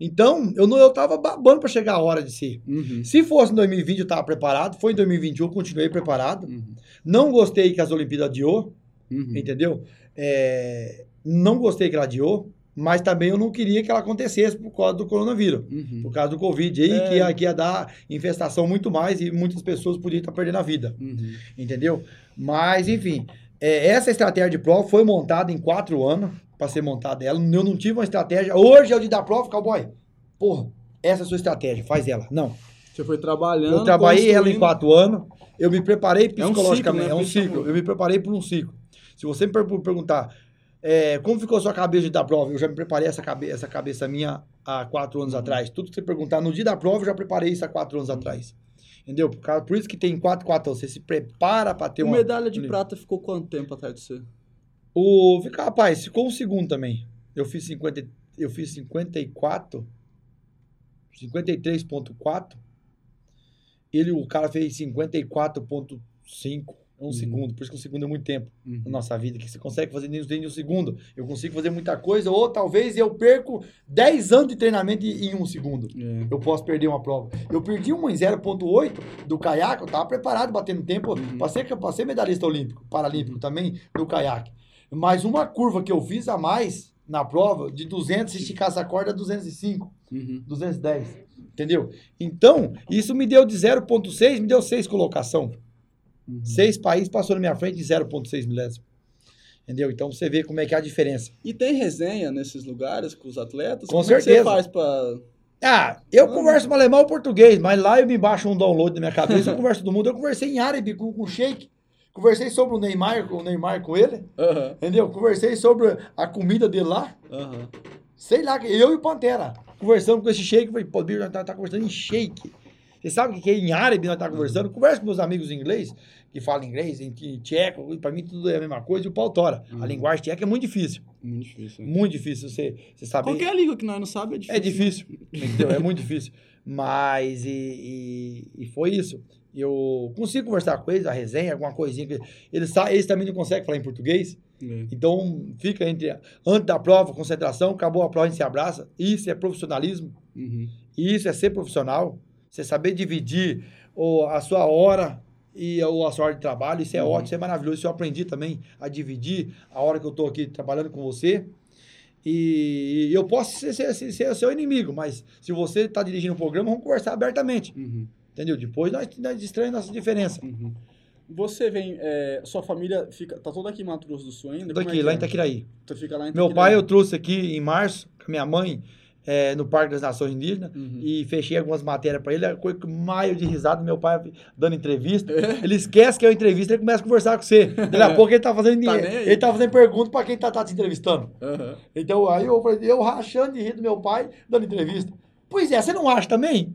C: Então, eu não eu tava babando para chegar a hora de ser.
B: Uhum.
C: Se fosse em 2020, eu estava preparado. Foi em 2021, eu continuei preparado.
B: Uhum.
C: Não gostei que as Olimpíadas adiou,
B: Uhum.
C: entendeu? É, não gostei que ela adiou. mas também eu não queria que ela acontecesse por causa do coronavírus,
A: Uhum.
C: por causa do Covid aí,
B: É.
C: que, ia, que ia dar infestação muito mais e muitas pessoas podiam estar perdendo a vida,
A: Uhum.
C: entendeu? Mas, enfim, é, essa estratégia de prova foi montada em quatro anos, para ser montada ela, eu não tive uma estratégia, hoje é o dia da prova, cowboy, porra, essa é a sua estratégia, faz ela, não.
B: Você foi trabalhando.
C: Eu trabalhei ela
B: construindo-
C: em quatro anos. Eu me preparei
B: É um ciclo,
C: psicologicamente.
B: né?
C: É um
B: Por isso
C: ciclo.
B: que eu-
C: Eu me preparei por um ciclo. Se você me per- perguntar é, como ficou a sua cabeça da prova, eu já me preparei essa cabeça, essa cabeça minha há quatro anos atrás. Tudo que você perguntar no dia da prova, eu já preparei isso há quatro anos atrás. Entendeu? Por, causa- por isso que tem quatro, quatro anos. Você se prepara para ter
B: O
C: uma.
B: medalha de
C: um-
B: prata ficou quanto tempo atrás de você?
C: O, fica, rapaz, ficou um segundo também. Eu fiz 50, e- eu fiz 54, 53.4. Ele, o cara fez 54.5. É um segundo, por isso que um segundo é muito tempo na nossa vida, que você consegue fazer nem nem um segundo. Eu consigo fazer muita coisa, ou talvez eu perco 10 anos de treinamento em em um segundo.
B: É.
C: Eu posso perder uma prova. Eu perdi uma em 0.8 do caiaque, eu estava preparado batendo tempo
B: Uhum.
C: para ser, pra ser medalhista olímpico, paralímpico também no caiaque. Mas uma curva que eu fiz a mais na prova, de 200, se esticasse a corda, 205,
B: Uhum.
C: 210. Entendeu? Então, isso me deu de 0.6, me deu 6 colocação.
B: Uhum.
C: Seis países passou na minha frente em 0.6 milésimo. Entendeu? Então você vê como é que é a diferença.
B: E tem resenha nesses lugares com os atletas?
C: Com
B: Como É
C: certeza.
B: que você faz pra.
C: Ah, eu
B: Ah.
C: converso com alemão ou português, mas lá eu me baixo um download na minha cabeça, eu converso do mundo. Eu conversei em árabe com, com o Sheik, conversei sobre o Neymar, com o Neymar com ele,
B: Aham,
C: entendeu? Conversei sobre a comida dele lá,
B: aham.
C: sei lá, eu e o Pantera, conversando com esse Sheik, eu falei, pô, bicho, nós tá, tá conversando em Sheik. Você sabe o que que é em árabe nós tá conversando? Converso com meus amigos em inglês, que falam inglês, em em tcheco, pra mim tudo é a mesma coisa, e o pau tora. A
B: Uhum.
C: linguagem tcheca é muito difícil,
B: Muito difícil.
C: muito difícil você, você saber.
B: Qualquer língua que nós não sabe é
C: É
B: difícil.
C: difícil, entendeu? É muito difícil. Mas, e, e- e foi isso. Eu consigo conversar com eles, a resenha, alguma coisinha. que- Eles, sa- eles também não conseguem falar em português.
B: É.
C: Então, fica entre... Antes da prova, concentração. Acabou a prova, a gente se abraça. Isso é profissionalismo.
B: Uhum.
C: E isso é ser profissional. Você saber dividir ou a sua hora e ou a sua hora de trabalho, isso é
B: Uhum.
C: ótimo, isso é maravilhoso. Isso eu aprendi também a dividir a hora que eu estou aqui trabalhando com você. E eu posso ser, ser, ser- ser o seu inimigo, mas se você está dirigindo o programa, vamos conversar abertamente.
B: Uhum.
C: Entendeu? Depois nós, nós estranhamos nossa diferença.
B: Uhum. Você vem. é, sua família fica. Tá toda aqui em Mato Grosso do Sul ainda?
C: Estou
B: Como é
C: aqui,
B: que
C: lá
B: é?
C: em Itaquiraí.
B: Tu fica lá em
C: Meu
B: Itaquiraí?
C: pai eu trouxe aqui em março, com a minha mãe, eh, no Parque das Nações Indígenas.
B: Uhum.
C: e fechei algumas matérias pra ele, a coisa que maio de risada, meu pai dando entrevista. Ele esquece que é uma entrevista, ele começa a conversar com você. Daqui a pouco ele tá fazendo
B: Tá nem aí.
C: ele tá fazendo pergunta pra quem tá, tá te entrevistando.
B: Aham.
C: Então aí eu falei, eu rachando de rir do meu pai dando entrevista. Pois é, você não acha também?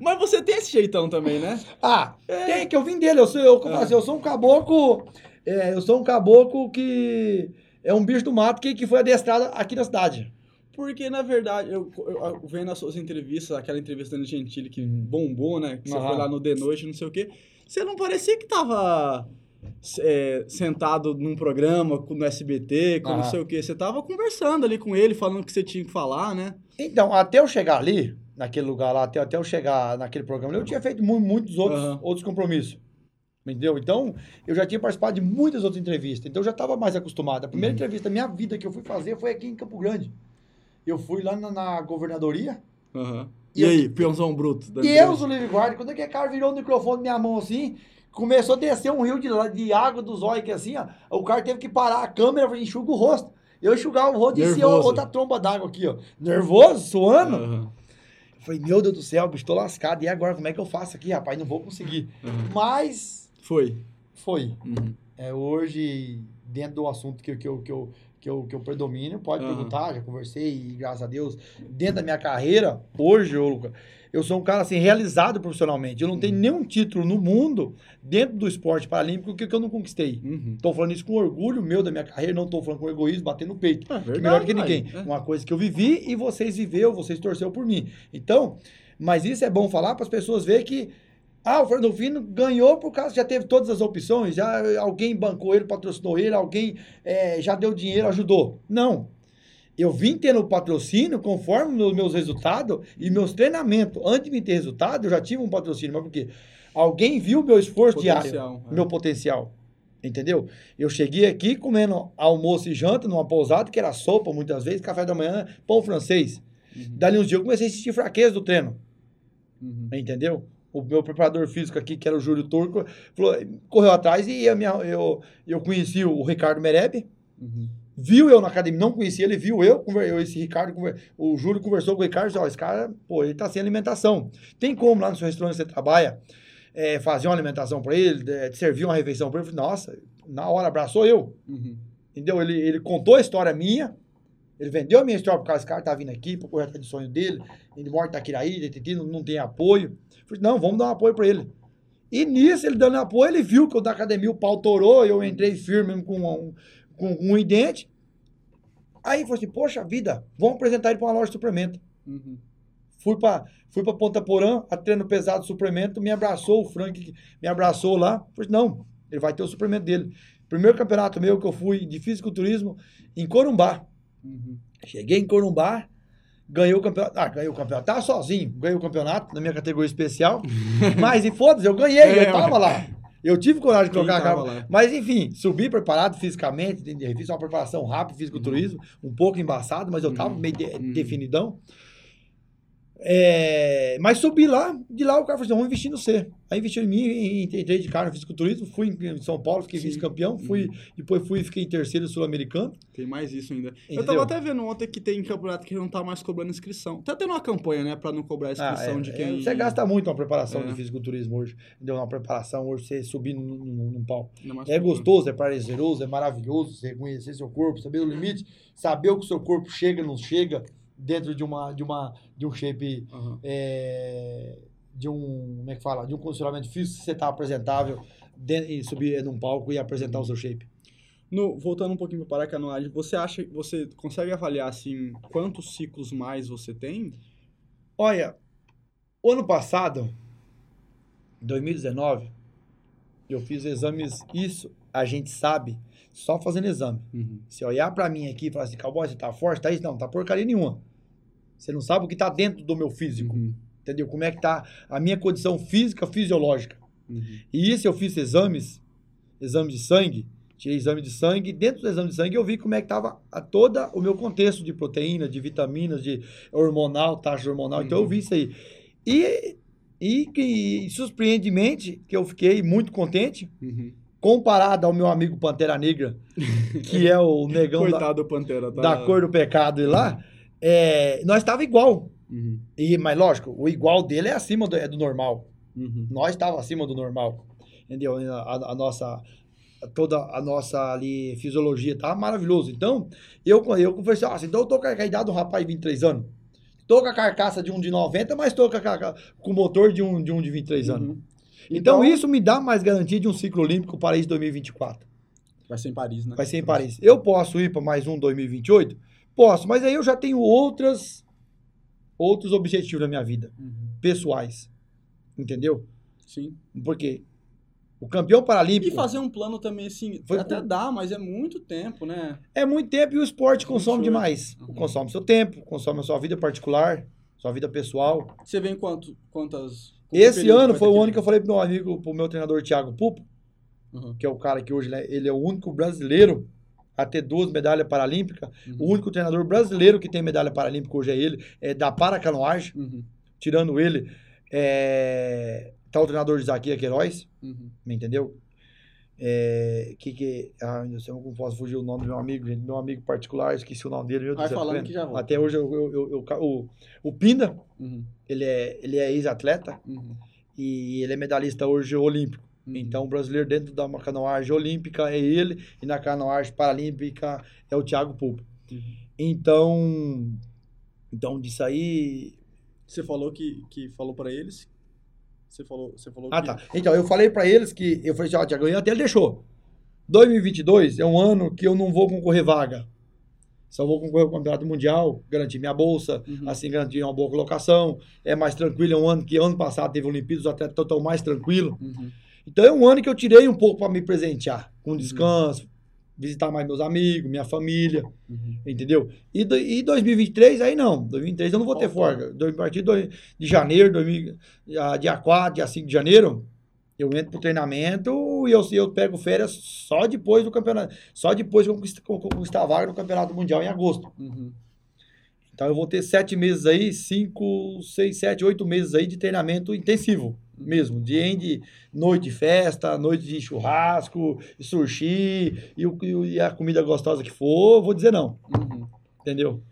B: Mas você tem esse jeitão também, né?
C: Ah, tem que eu vim dele, eu sou eu, como
B: Ah.
C: assim, eu sou um caboclo, é, eu sou um caboclo que é um bicho do mato que, que foi adestrado aqui na cidade.
B: Porque, na verdade, eu, eu- eu vendo as suas entrevistas, aquela entrevista do Gentili que bombou, né? Que você
C: Aham.
B: foi lá no The Noite, não sei o quê. Você não parecia que tava é, sentado num programa com- no SBT, com não
C: Aham.
B: sei o quê. Você tava conversando ali com ele, falando o que você tinha que falar, né?
C: Então, até eu chegar ali, naquele lugar lá, até, até eu chegar naquele programa, eu tinha feito mu- muitos outros,
B: Aham.
C: outros compromissos. Entendeu? Então, eu já tinha participado de muitas outras entrevistas. Então, eu já estava mais acostumado. A
B: Uhum.
C: primeira entrevista da minha vida que eu fui fazer foi aqui em Campo Grande. Eu fui lá na, na governadoria.
B: E, aí, peãozão bruto? da
C: Deus, o livre guarde. Quando é aquele cara virou o microfone na minha mão assim, começou a descer um rio de, la- de água dos olhos que assim, ó. O cara teve que parar a câmera e enxugar o rosto. Eu enxugava o rosto e
B: Nervoso.
C: outra tromba d'água aqui, ó. Nervoso, suando.
B: Aham,
C: Eu falei, meu Deus do céu, bicho, tô lascado. E agora, como é que eu faço aqui, rapaz? Não vou conseguir.
B: aham.
C: Mas
B: Foi.
C: foi.
B: Uhum.
C: É, hoje, dentro do assunto que, eu- que, eu, que, eu, que, eu, que eu predomino, pode
B: Aham.
C: perguntar, já conversei, e graças a Deus, dentro da minha carreira, hoje, ô, Luca, eu sou um cara assim, realizado profissionalmente. Eu não tenho nenhum título no mundo, dentro do esporte paralímpico, que, que eu não conquistei.
B: Uhum.
C: Tô falando isso com orgulho meu da minha carreira, não tô falando com egoísmo, batendo no peito.
B: É
C: Que
B: verdade,
C: melhor que
B: uai.
C: ninguém. Um
B: É.
C: Uma coisa que eu vivi e vocês viveu, vocês torceu por mim. Então, mas isso é bom falar para as pessoas verem que ah, o Fernando Fino ganhou por causa já teve todas as opções, já eh, alguém bancou ele, patrocinou ele, alguém eh, já deu dinheiro, ajudou. Não. Eu vim tendo patrocínio conforme os meus resultados e meus treinamentos. Antes de me ter resultado, eu já tive um patrocínio, mas por quê? Alguém viu meu esforço diário
B: Potencial, é.
C: meu potencial. Entendeu? Eu cheguei aqui comendo almoço e janta numa pousada, que era sopa muitas vezes, café da manhã, pão francês. Dali uns dias eu comecei a sentir fraqueza do treino.
B: Uhum.
C: Entendeu? O meu preparador físico aqui, que era o Júlio Turco, falou- correu atrás e eu, me arru- eu, eu conheci o Ricardo Mereb,
B: Uhum.
C: viu eu na academia, não conhecia ele, viu eu, conver- eu esse Ricardo, conver- o Júlio conversou com o Ricardo, e disse, ó, esse cara, pô, ele tá sem alimentação. Tem como lá no seu restaurante que você trabalha, eh, fazer uma alimentação para ele, eh, servir uma refeição para ele? Eu falei, Nossa, na hora abraçou eu,
B: Uhum.
C: entendeu? Ele, ele contou a história minha, ele vendeu a minha história pro cara, esse cara tá vindo aqui, pro corretor de sonho dele, ele mora em Itaquiraí, DTT, não, não tem apoio. Eu Falei, não, vamos dar um apoio pra ele. E nisso, ele dando apoio, ele viu que eu da academia, o pau torou, eu entrei firme mesmo com um, com um em dente. Aí, falou assim, poxa vida, vamos apresentar ele pra uma loja de suplemento.
B: Uhum.
C: Fui pra, fui pra Ponta Porã, a treino pesado, suplemento, me abraçou, o Frank me abraçou lá. Falei, não, ele vai ter o suplemento dele. Primeiro campeonato meu que eu fui de fisiculturismo em Corumbá.
B: Uhum.
C: Cheguei em Corumbá, ganhei o campeonato. Ah, ganhei o campeonato. Tava sozinho, ganhei o campeonato na minha categoria especial. mas, e foda-se, eu ganhei,
B: É,
C: eu tava lá. Eu tive coragem de
B: Quem
C: colocar a
B: tava
C: cara.
B: lá?
C: Mas, enfim, subi preparado fisicamente, entendi, fiz uma preparação rápida, fisiculturismo, um pouco embaçado, mas eu tava meio de-
B: Uhum.
C: definidão. É, mas subi lá, de lá o cara falou assim: vamos investir no C. Aí investiu em mim, e- e entrei de cara no fisiculturismo, fui em São Paulo, fiquei
B: Sim. Uhum.
C: vice-campeão, fui, depois fui e fiquei em terceiro sul-americano.
B: Tem mais isso ainda. Eu
C: Entendeu?
B: tava até vendo ontem que tem campeonato que não tá mais cobrando inscrição. Tá tendo uma campanha, né, pra não cobrar
C: Ah,
B: inscrição
C: é,
B: de
C: é,
B: quem.
C: Você gasta muito uma preparação
B: É.
C: de fisiculturismo hoje. Deu uma preparação hoje, você subir num, num- num pau.
B: Ainda mais
C: É
B: cobra.
C: gostoso, é prazeroso, é maravilhoso você conhecer seu corpo, saber o limite, saber o que seu corpo chega, não chega dentro de uma de uma de um shape
B: Aham.
C: é, de um como é que fala, de um condicionamento físico, se você tá apresentável dentro, e subir num palco e apresentar o seu shape.
B: No- voltando um pouquinho para canoagem, você acha, você consegue avaliar assim quantos ciclos mais você tem?
C: Olha, o ano passado, 2019, eu fiz exames. Isso a gente sabe só fazendo exame. Se olhar pra mim aqui e falar assim, cowboy, você tá forte, tá isso? Não, tá porcaria nenhuma. Você não sabe o que tá dentro do meu físico,
B: Uhum.
C: entendeu? Como é que tá a minha condição física, fisiológica.
B: Uhum.
C: E isso eu fiz exames, exame de sangue, tirei exame de sangue. Dentro do exame de sangue eu vi como é que estava todo o meu contexto de proteína, de vitaminas, de hormonal, taxa hormonal. Então eu vi isso aí. E, e, que- e surpreendentemente, que eu fiquei muito contente,
B: Uhum.
C: comparado ao meu amigo Pantera Negra, que é o negão da,
B: Coitado do Pantera, tá?
C: da cor do pecado e lá, é, nós estava igual.
B: Uhum.
C: E, mas lógico, o igual dele é acima do, é do normal
B: Uhum.
C: nós estava acima do normal, entendeu? A, a nossa toda a nossa ali fisiologia tá maravilhoso. Então, eu eu conversei, ah, então eu tô com a idade do rapaz de 23 anos. Tô com a carcaça de um de 90, mas tô com, a carca- com o motor de um de um de 23 anos.
B: Uhum.
C: Então,
B: Então-
C: isso me dá mais garantia de um ciclo olímpico Paris 2024.
B: Vai ser em Paris, né?
C: Vai ser em Paris. Eu posso ir para mais um 2028? Posso, mas aí eu já tenho outras outros objetivos na minha vida,
B: Uhum.
C: pessoais. Entendeu?
B: Sim.
C: Porque o campeão
B: E
C: paralímpico
B: fazer um plano também assim,
C: Foi um
B: até
C: com-
B: dá, mas é muito tempo, né?
C: é muito tempo e o esporte consome
B: Consome.
C: demais.
B: Uhum.
C: Consome seu tempo, consome a sua vida particular, sua vida pessoal.
B: Você vem quanto, quantas quanto
C: Esse
B: período
C: ano
B: vai
C: foi
B: ter
C: o ano que eu falei pro meu amigo, pro meu treinador Thiago Pupo,
B: Uhum.
C: que é o cara que hoje né, ele é o único brasileiro a ter duas medalhas paralímpicas. O
B: Uhum.
C: único treinador brasileiro que tem medalha paralímpica hoje é ele, é da paracanoagem.
B: Uhum.
C: Tirando ele, é... tá o treinador Isaquias Queiroz,
B: Uhum.
C: me entendeu? É, que que. Ah, eu sei como posso fugir o nome do meu amigo, gente. Meu amigo particular, esqueci o nome dele. Meu
B: Vai
C: Deus, é
B: falando
C: pleno.
B: que já volta.
C: Até hoje eu, eu, eu- eu ca- o, o Pinda,
B: Uhum.
C: ele é, ele é ex-atleta
B: Uhum.
C: e ele é medalhista hoje olímpico.
B: Uhum.
C: Então, o brasileiro dentro da canoagem olímpica é ele e na canoagem paralímpica é o Thiago Pupo.
B: Uhum.
C: Então, então disso aí.
B: Você falou que, que falou pra eles? Você falou, você falou
C: Ah,
B: que...
C: tá. Então, eu falei pra eles que eu falei, assim, ó, Thiago, e até ele deixou. 2022 é um ano que eu não vou concorrer vaga. Só vou concorrer ao campeonato mundial, garantir minha bolsa,
B: Uhum.
C: assim garantir uma boa colocação. É mais tranquilo, é um ano que ano passado teve Olimpíadas, os atletas estão mais tranquilo.
B: Uhum.
C: Então é um ano que eu tirei um pouco para me presentear, com descanso, visitar mais meus amigos, minha família,
B: Uhum.
C: entendeu? E, do- e 2023 aí não, 2023 eu não vou ter
B: Faltou.
C: folga. Do- A partir do- de janeiro, 2000, ah, dia 4, dia 5 de janeiro, Eu entro pro treinamento e eu, eu pego férias só depois do campeonato. Só depois que eu conquist- que eu conquistar a vaga no campeonato mundial em agosto.
B: Uhum.
C: Então eu vou ter sete meses aí, cinco, seis, sete, oito meses aí de treinamento intensivo mesmo. De em de noite de festa, noite de churrasco, sushi e, o- e o- e a comida gostosa que for, vou dizer não,
B: Uhum.
C: entendeu?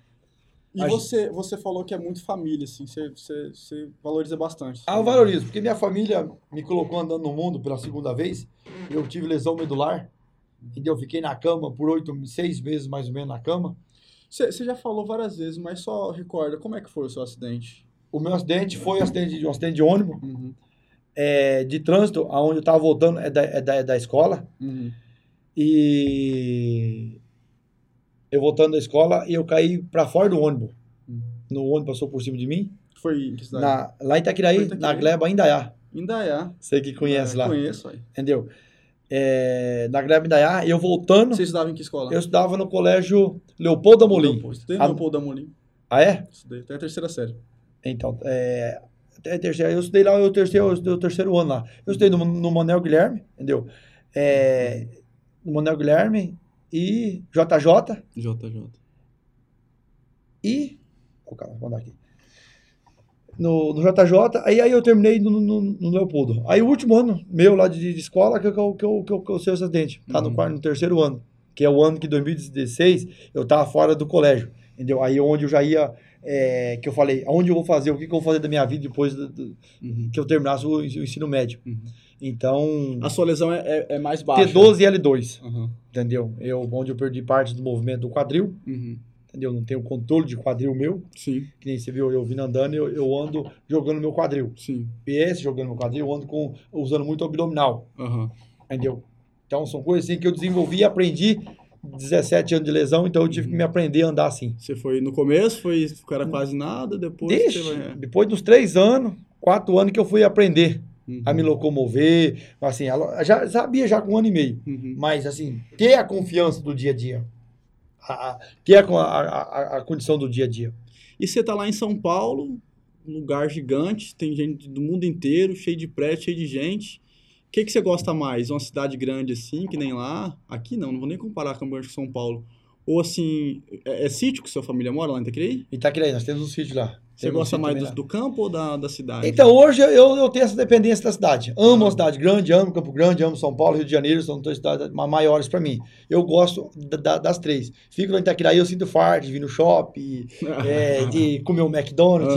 B: E
C: A gente-
B: você, você falou que é muito família, assim, você, você, você valoriza bastante.
C: Ah, eu valorizo, porque minha família me colocou andando no mundo pela segunda vez. Eu tive lesão medular, entendeu? Eu fiquei na cama por oito, seis meses mais ou menos na cama.
B: Você, você já falou várias vezes, mas só recorda, como é que foi o seu acidente?
C: O meu acidente foi um acidente, um acidente de ônibus,
B: Uhum.
C: é, de trânsito, aonde eu estava voltando é da, é da, é da escola.
B: Uhum.
C: E eu voltando da escola e eu caí para fora do ônibus. No ônibus passou por cima de mim.
B: Foi em que cidade?
C: Na, lá em Itaquiraí,
B: Foi em Itaquiraí.
C: na Gleba Indaiá.
B: Indaiá.
C: Você que conhece
B: É,
C: lá,
B: Conheço, aí.
C: entendeu? É, na Gleba Indaiá, eu voltando,
B: Você estudava em que escola?
C: eu estudava no colégio Leopoldo Amolim.
B: Leopoldo. Estudei no
C: Ah,
B: Leopoldo Amolim.
C: Ah, é?
B: Estudei até a terceira série.
C: Então, é, até terceiro, eu estudei lá, eu terceiro, eu estudei o terceiro ano lá. Eu estudei no, no Manel Guilherme, entendeu? É, no Manel Guilherme e JJ
B: JJ.
C: e. Ô, calma, vou mandar aqui. No, no JJ, aí, aí eu terminei no, no, no Leopoldo. Aí o último ano meu lá de, de escola que eu, que eu, que eu, que eu, que eu sei o acidente. Tá no
B: Uhum.
C: quarto, no terceiro ano. Que é o ano que em 2016 eu tava fora do colégio. Entendeu? Aí onde eu já ia. é, que eu falei, aonde eu vou fazer, o que, que eu vou fazer da minha vida depois do- do,
B: Uhum.
C: que eu terminasse o ens- o ensino médio.
B: Uhum.
C: Então,
B: A sua lesão é, é, é mais baixa.
C: T12 e L2,
B: Uhum.
C: entendeu? Eu, onde eu perdi parte do movimento do quadril,
B: Uhum.
C: entendeu? Não tenho controle de quadril meu,
B: Sim,
C: que nem você viu eu vindo andando, eu, eu ando jogando meu quadril.
B: sim.
C: PS jogando meu quadril, eu ando com, usando muito abdominal,
B: Aham.
C: entendeu? Então, são coisas assim que eu desenvolvi e aprendi 17 anos de lesão, então eu tive
B: Uhum.
C: que me aprender a andar assim.
B: Você foi no começo, foi
C: Uhum.
B: era quase nada, depois
C: Deixa,
B: você vai...
C: depois dos três anos, quatro anos que eu fui aprender
B: Uhum.
C: a me locomover, assim, ela- já sabia já com um ano e meio.
B: Uhum.
C: Mas, assim, ter a confiança do dia a dia. A- a- ter a, con- a, a, a condição do dia a dia.
B: E você tá lá em São Paulo, um lugar gigante, tem gente do mundo inteiro, cheio de prédio, cheio de gente. O que, que você gosta mais? Uma cidade grande assim, que nem lá? Aqui não, não vou nem comparar Campinas com São Paulo. Ou assim, é, é sítio que sua família mora lá em Itaquerei?
C: Itaquiraí, nós temos um sítio lá.
B: Você
C: Temos um
B: gosta
C: sítio
B: mais
C: também
B: do,
C: lá.
B: do campo ou da, da cidade?
C: Então, hoje eu, eu tenho essa dependência da cidade. Amo
B: Ah.
C: a cidade grande, amo Campo Grande, amo São Paulo, Rio de Janeiro, são duas cidades ma- maiores para mim. Eu gosto da- da- das três. Fico lá em Itaquiraí, eu sinto farto de vir no shopping,
B: Uhum,
C: é, de comer um McDonald's,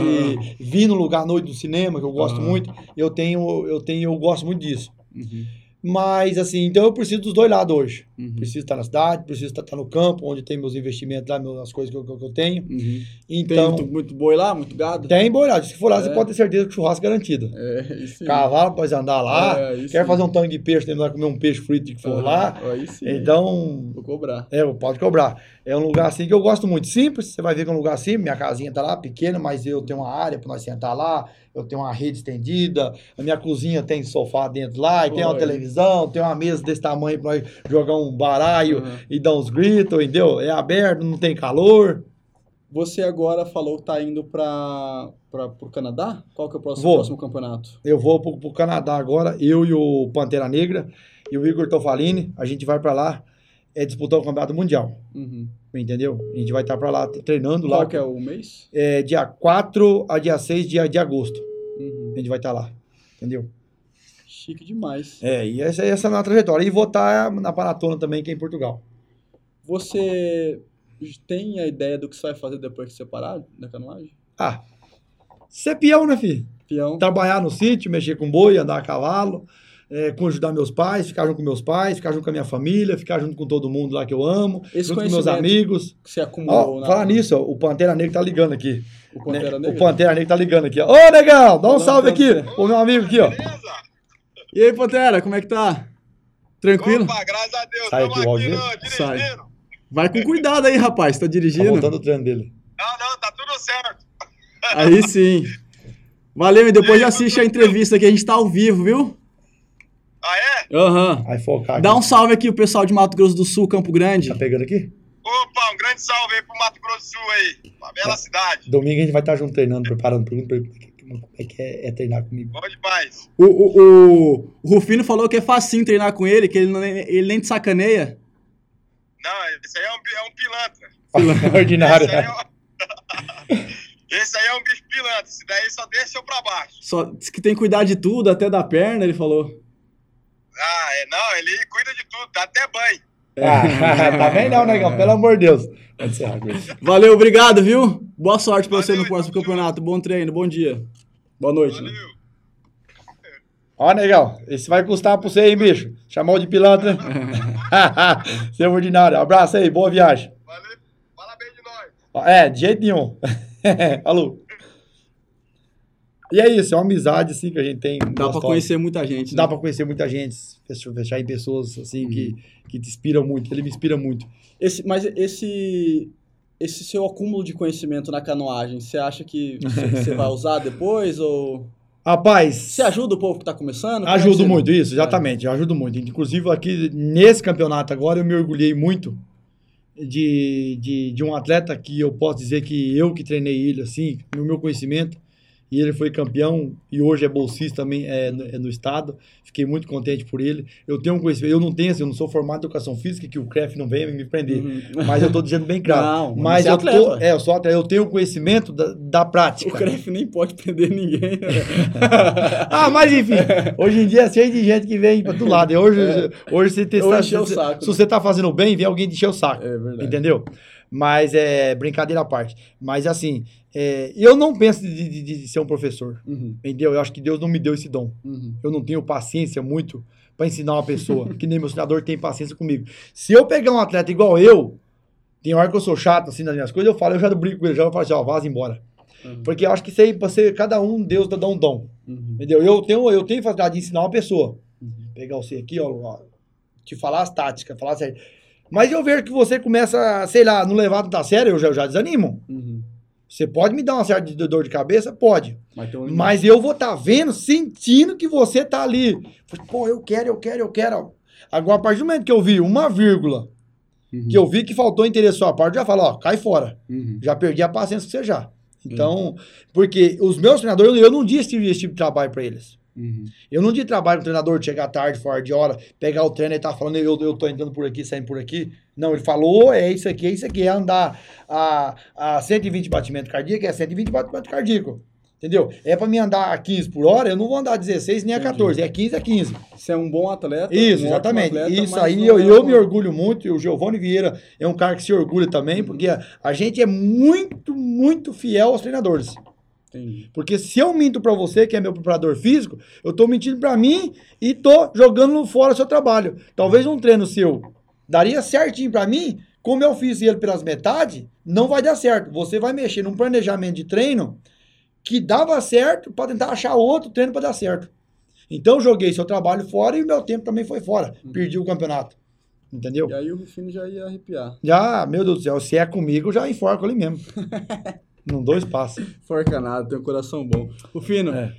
B: Ah.
C: de vir no lugar à noite do cinema, que eu gosto
B: Ah.
C: muito. Eu tenho, eu tenho, eu gosto muito disso.
B: Uhum,
C: Mas, assim, então eu preciso dos dois lados hoje.
B: uhum,
C: Preciso estar na cidade, preciso estar, estar no campo, onde tem meus investimentos lá, meus- as coisas que eu, que eu- que eu tenho.
B: uhum. Tem
C: Então,
B: muito, muito boi lá, muito gado?
C: tem boiado. Se for lá,
B: É.
C: você pode ter certeza que o churrasco é garantido.
B: É, isso aí.
C: Cavalo pode andar lá.
B: É, isso
C: quer
B: aí.
C: fazer um tanque de peixe, tem que comer um peixe frito que for
B: Aham,
C: lá.
B: Aí sim.
C: Então,
B: Vou cobrar.
C: é, pode cobrar. É um lugar assim que eu gosto muito. Simples, você vai ver que é um lugar simples. Minha casinha tá lá, pequena, mas eu tenho uma área para nós sentar lá. Eu tenho uma rede estendida. A minha cozinha tem sofá dentro lá, e tem uma
B: Olha.
C: televisão, tem uma mesa desse tamanho para nós jogar um baralho
B: Aham.
C: e dá uns gritos, entendeu? É aberto, não tem calor.
B: Você agora falou que tá indo para o Canadá? Qual que é o próximo,
C: Vou.
B: próximo campeonato?
C: Eu vou pro, pro Canadá agora, eu e o Pantera Negra e o Igor Tofalini, a gente vai pra lá é disputar o Campeonato Mundial,
B: Uhum.
C: entendeu? A gente vai estar pra lá t- treinando lá.
B: Qual que é o mês?
C: É, dia 4 a dia 6 de, de agosto,
B: Uhum.
C: a gente vai estar lá, entendeu?
B: Chique demais.
C: É, e essa, essa é a minha trajetória. E vou estar na Paratona também, que é em Portugal.
B: Você tem a ideia do que você vai fazer depois que você parar da canoagem?
C: Ah, ser peão, né, filho?
B: Peão?
C: trabalhar no sítio, mexer com boi, andar a cavalo, é, conjudar meus pais, ficar junto com meus pais, ficar junto com a minha família, ficar junto com todo mundo lá que eu amo,
B: Esse
C: junto com meus
B: conhecimento-
C: amigos.
B: Que você acumulou
C: Ó,
B: na...
C: falar nisso, ó, o Pantera Negra tá ligando aqui.
B: O Pantera
C: né?
B: Negra?
C: O Pantera Negra tá ligando aqui. ó. Ô, Negão, dá um
B: Não,
C: salve
B: não,
C: aqui
B: não.
C: pro meu amigo aqui, ó.
A: E aí, Pantera, como é que tá? Tranquilo?
D: Opa, graças a Deus.
C: Sai
D: Estamos
C: aqui o áudio
D: aqui,
C: dele?
D: não,
A: Sai.
D: dirigindo.
A: Vai com cuidado aí, rapaz, tá
C: Tá
A: dirigindo?
C: voltando o treino dele.
D: Não, não, tá tudo certo.
A: Aí sim. Valeu, e depois assiste a entrevista que a gente tá ao vivo, viu?
D: Ah, é?
A: Aham.
C: Aí focar aqui.
A: Dá um salve aqui o pessoal de Mato Grosso do Sul, Campo Grande.
C: Tá pegando aqui?
D: Opa,
A: Tá.
D: um grande salve aí pro Mato Grosso do Sul aí. Uma bela cidade.
C: Domingo a gente vai estar junto treinando, tá preparando pergunta. Como é que é, é treinar comigo?
D: Bom demais.
A: O, o, o- o Rufino falou que é facinho treinar com ele, que ele, não- ele nem te sacaneia.
D: Não, esse aí é um, pi- é um pilantra.
C: Ordinário.
D: Esse aí, é um... esse aí é um bicho pilantra. Esse daí só deixa eu pra baixo.
A: Só diz que tem que cuidar de tudo, até da perna, ele falou.
D: Ah, é, não, ele cuida de tudo, dá até banho.
C: Ah, tá bem não, negão, pelo amor de Deus. Pode ser, Gleice.
A: Valeu, obrigado, viu? Boa sorte pra você no
D: Valeu,
A: próximo
D: tamo junto.
A: campeonato. Bom treino, bom dia. Boa noite. né?
D: Valeu.
C: Ó, negão, esse vai custar pra você aí, bicho. Chamou de pilantra. Seu ordinário. Abraço aí, boa viagem.
D: Valeu. Fala bem de nós.
C: Ó, É, de jeito nenhum. Alô. E é isso, é uma amizade assim que a gente tem.
A: Dá pra conhecer muita gente.
C: Dá
A: Né?
C: pra conhecer muita gente, fech- fechar em pessoas assim que,
A: Uhum.
C: que te inspiram muito. Ele me inspira muito.
B: Esse, mas esse, esse seu acúmulo de conhecimento na canoagem, você acha que você você vai usar depois? Ou
C: Rapaz,
B: você ajuda o povo que tá começando? Como é que
C: ajudo
B: você- É.
C: muito, isso, exatamente. eu Ajudo muito. Inclusive, aqui nesse campeonato agora, eu me orgulhei muito de, de, de um atleta que eu posso dizer que eu que treinei ele, assim, no meu conhecimento. E ele foi campeão e hoje é bolsista também é, no, é no estado. Fiquei muito contente por ele. Eu tenho um conhecimento, eu não tenho, assim, eu não sou formado em educação física, que o CREF não venha me prender.
B: Uhum.
C: Mas eu tô dizendo bem
B: Não,
C: claro. mas
B: você é
C: eu tô.
B: atleta.
C: É, eu sou atleta, eu tenho conhecimento da, da prática.
B: O CREF nem pode prender ninguém.
A: né?
C: Ah, mas enfim, hoje em dia é cheio de gente que vem pra do lado. E hoje, hoje você
B: É. Eu
C: testar.
B: enchei o saco. né?
C: Se você tá fazendo bem, vem alguém te encher o saco.
B: É verdade.
C: Entendeu? Mas é brincadeira à parte. Mas assim, é, eu não penso de, de- de ser um professor.
B: Uhum,
C: Entendeu? Eu acho que Deus não me deu esse dom.
B: uhum.
C: Eu não tenho paciência muito pra ensinar uma pessoa, que nem meu ensinador tem paciência comigo. Se eu pegar um atleta igual eu, tem hora que eu sou chato assim nas minhas coisas, eu falo, eu já brigo com ele, já eu falo assim, ó, vaza embora.
B: Uhum.
C: Porque eu acho que isso aí, pra ser cada um, Deus dá um dom.
B: uhum.
C: Entendeu? Eu tenho, eu tenho facilidade de ensinar uma pessoa. Pegar você aqui, ó, ó, te falar as táticas, falar certo. Mas eu vejo que você começa, sei lá, não levar tanto a sério, eu já, eu já desanimo.
B: uhum.
C: Você pode me dar uma certa de- dor de cabeça? Pode.
B: Mas tem um limite.
C: Mas eu vou estar vendo, sentindo que você tá ali. Falei, Pô, eu quero, eu quero, eu quero. Agora, a partir do momento que eu vi uma vírgula,
B: Uhum.
C: que eu vi que faltou interesse da sua parte, eu já falo, ó, cai fora.
B: Uhum.
C: Já perdi a paciência com você já. Então, porque os meus treinadores, eu não disse esse tipo de trabalho para eles.
B: Uhum.
C: Eu não de trabalho com o treinador, de chegar tarde, fora de hora, pegar o treino e tá falando, eu, eu tô entrando por aqui, saindo por aqui. Não, ele falou, é isso aqui, é isso aqui, é andar a, a 120 batimentos cardíacos, é 120 batimentos cardíacos. Entendeu? É pra mim andar a 15 por hora, eu não vou andar a 16 nem a
B: Entendi.
C: 14, é 15 a 15.
B: Você é um bom atleta.
C: Isso,
B: um ótimo
C: exatamente.
B: atleta,
C: Isso
B: mas
C: aí
B: não
C: eu,
B: é
C: eu
B: um-
C: me orgulho muito, e o Giovanni Vieira é um cara que se orgulha também, porque a, a gente é muito, muito fiel aos treinadores.
B: Entendi.
C: Porque se eu minto pra você, que é meu preparador físico, eu tô mentindo pra mim e tô jogando fora o seu trabalho. Talvez um treino seu daria certinho pra mim, como eu fiz ele pelas metades, não vai dar certo. Você vai mexer num planejamento de treino que dava certo pra tentar achar outro treino pra dar certo. Então eu joguei seu trabalho fora e o meu tempo também foi fora. Perdi o campeonato. Entendeu?
B: E aí o Rufino já ia arrepiar.
C: Já, meu Deus do céu, se é comigo, eu já enforco ali mesmo. não dou espaço.
B: Forca nada, tem um coração bom. Rufino,
C: É.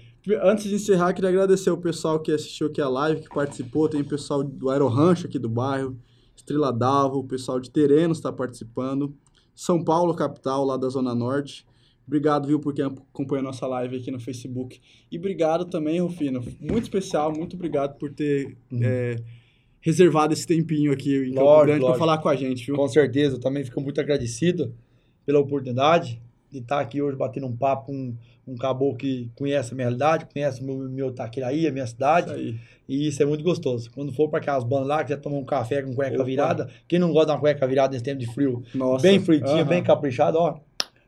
B: antes de encerrar, queria agradecer o pessoal que assistiu aqui a live, que participou. Tem o pessoal do Aero Rancho aqui do bairro, Estrela Dalva, o pessoal de Terenos está participando. São Paulo, capital, lá da Zona Norte. Obrigado, viu, por quem acompanha a nossa live aqui no Facebook. E obrigado também, Rufino. Muito especial, muito obrigado por ter é, reservado esse tempinho aqui em Campo
C: Uhum. Lógico,
B: Grande para
C: lógico.
B: falar com a gente, viu?
C: Com certeza, eu também fico muito agradecido pela oportunidade de estar aqui hoje batendo um papo com um caboclo que conhece a minha realidade, conhece o meu, meu Taquiraí, a minha cidade,
B: Isso aí.
C: e isso é muito gostoso. Quando for para aquelas bandas lá, quiser tomar um café com cueca
B: Opa.
C: virada, quem não gosta de uma cueca virada nesse tempo de frio,
B: Nossa.
C: bem fritinha,
B: Aham.
C: bem caprichada, ó,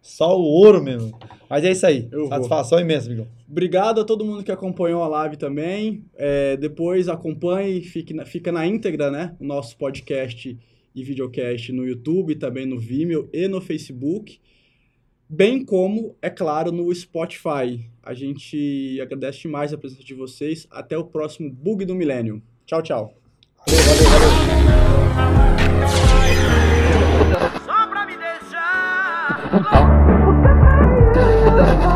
C: só o ouro mesmo. Mas é isso aí,
B: Eu vou.
C: satisfação imensa, amigão.
B: Obrigado a todo mundo que acompanhou a live também. É, depois acompanhe, fique na- fica na íntegra, né? O nosso podcast e videocast no YouTube, também no Vimeo e no Facebook. Bem como, é claro, no Spotify. A gente agradece demais a presença de vocês. Até o próximo Bug do Milênio. Tchau, tchau.
E: só pra me deixar. louco.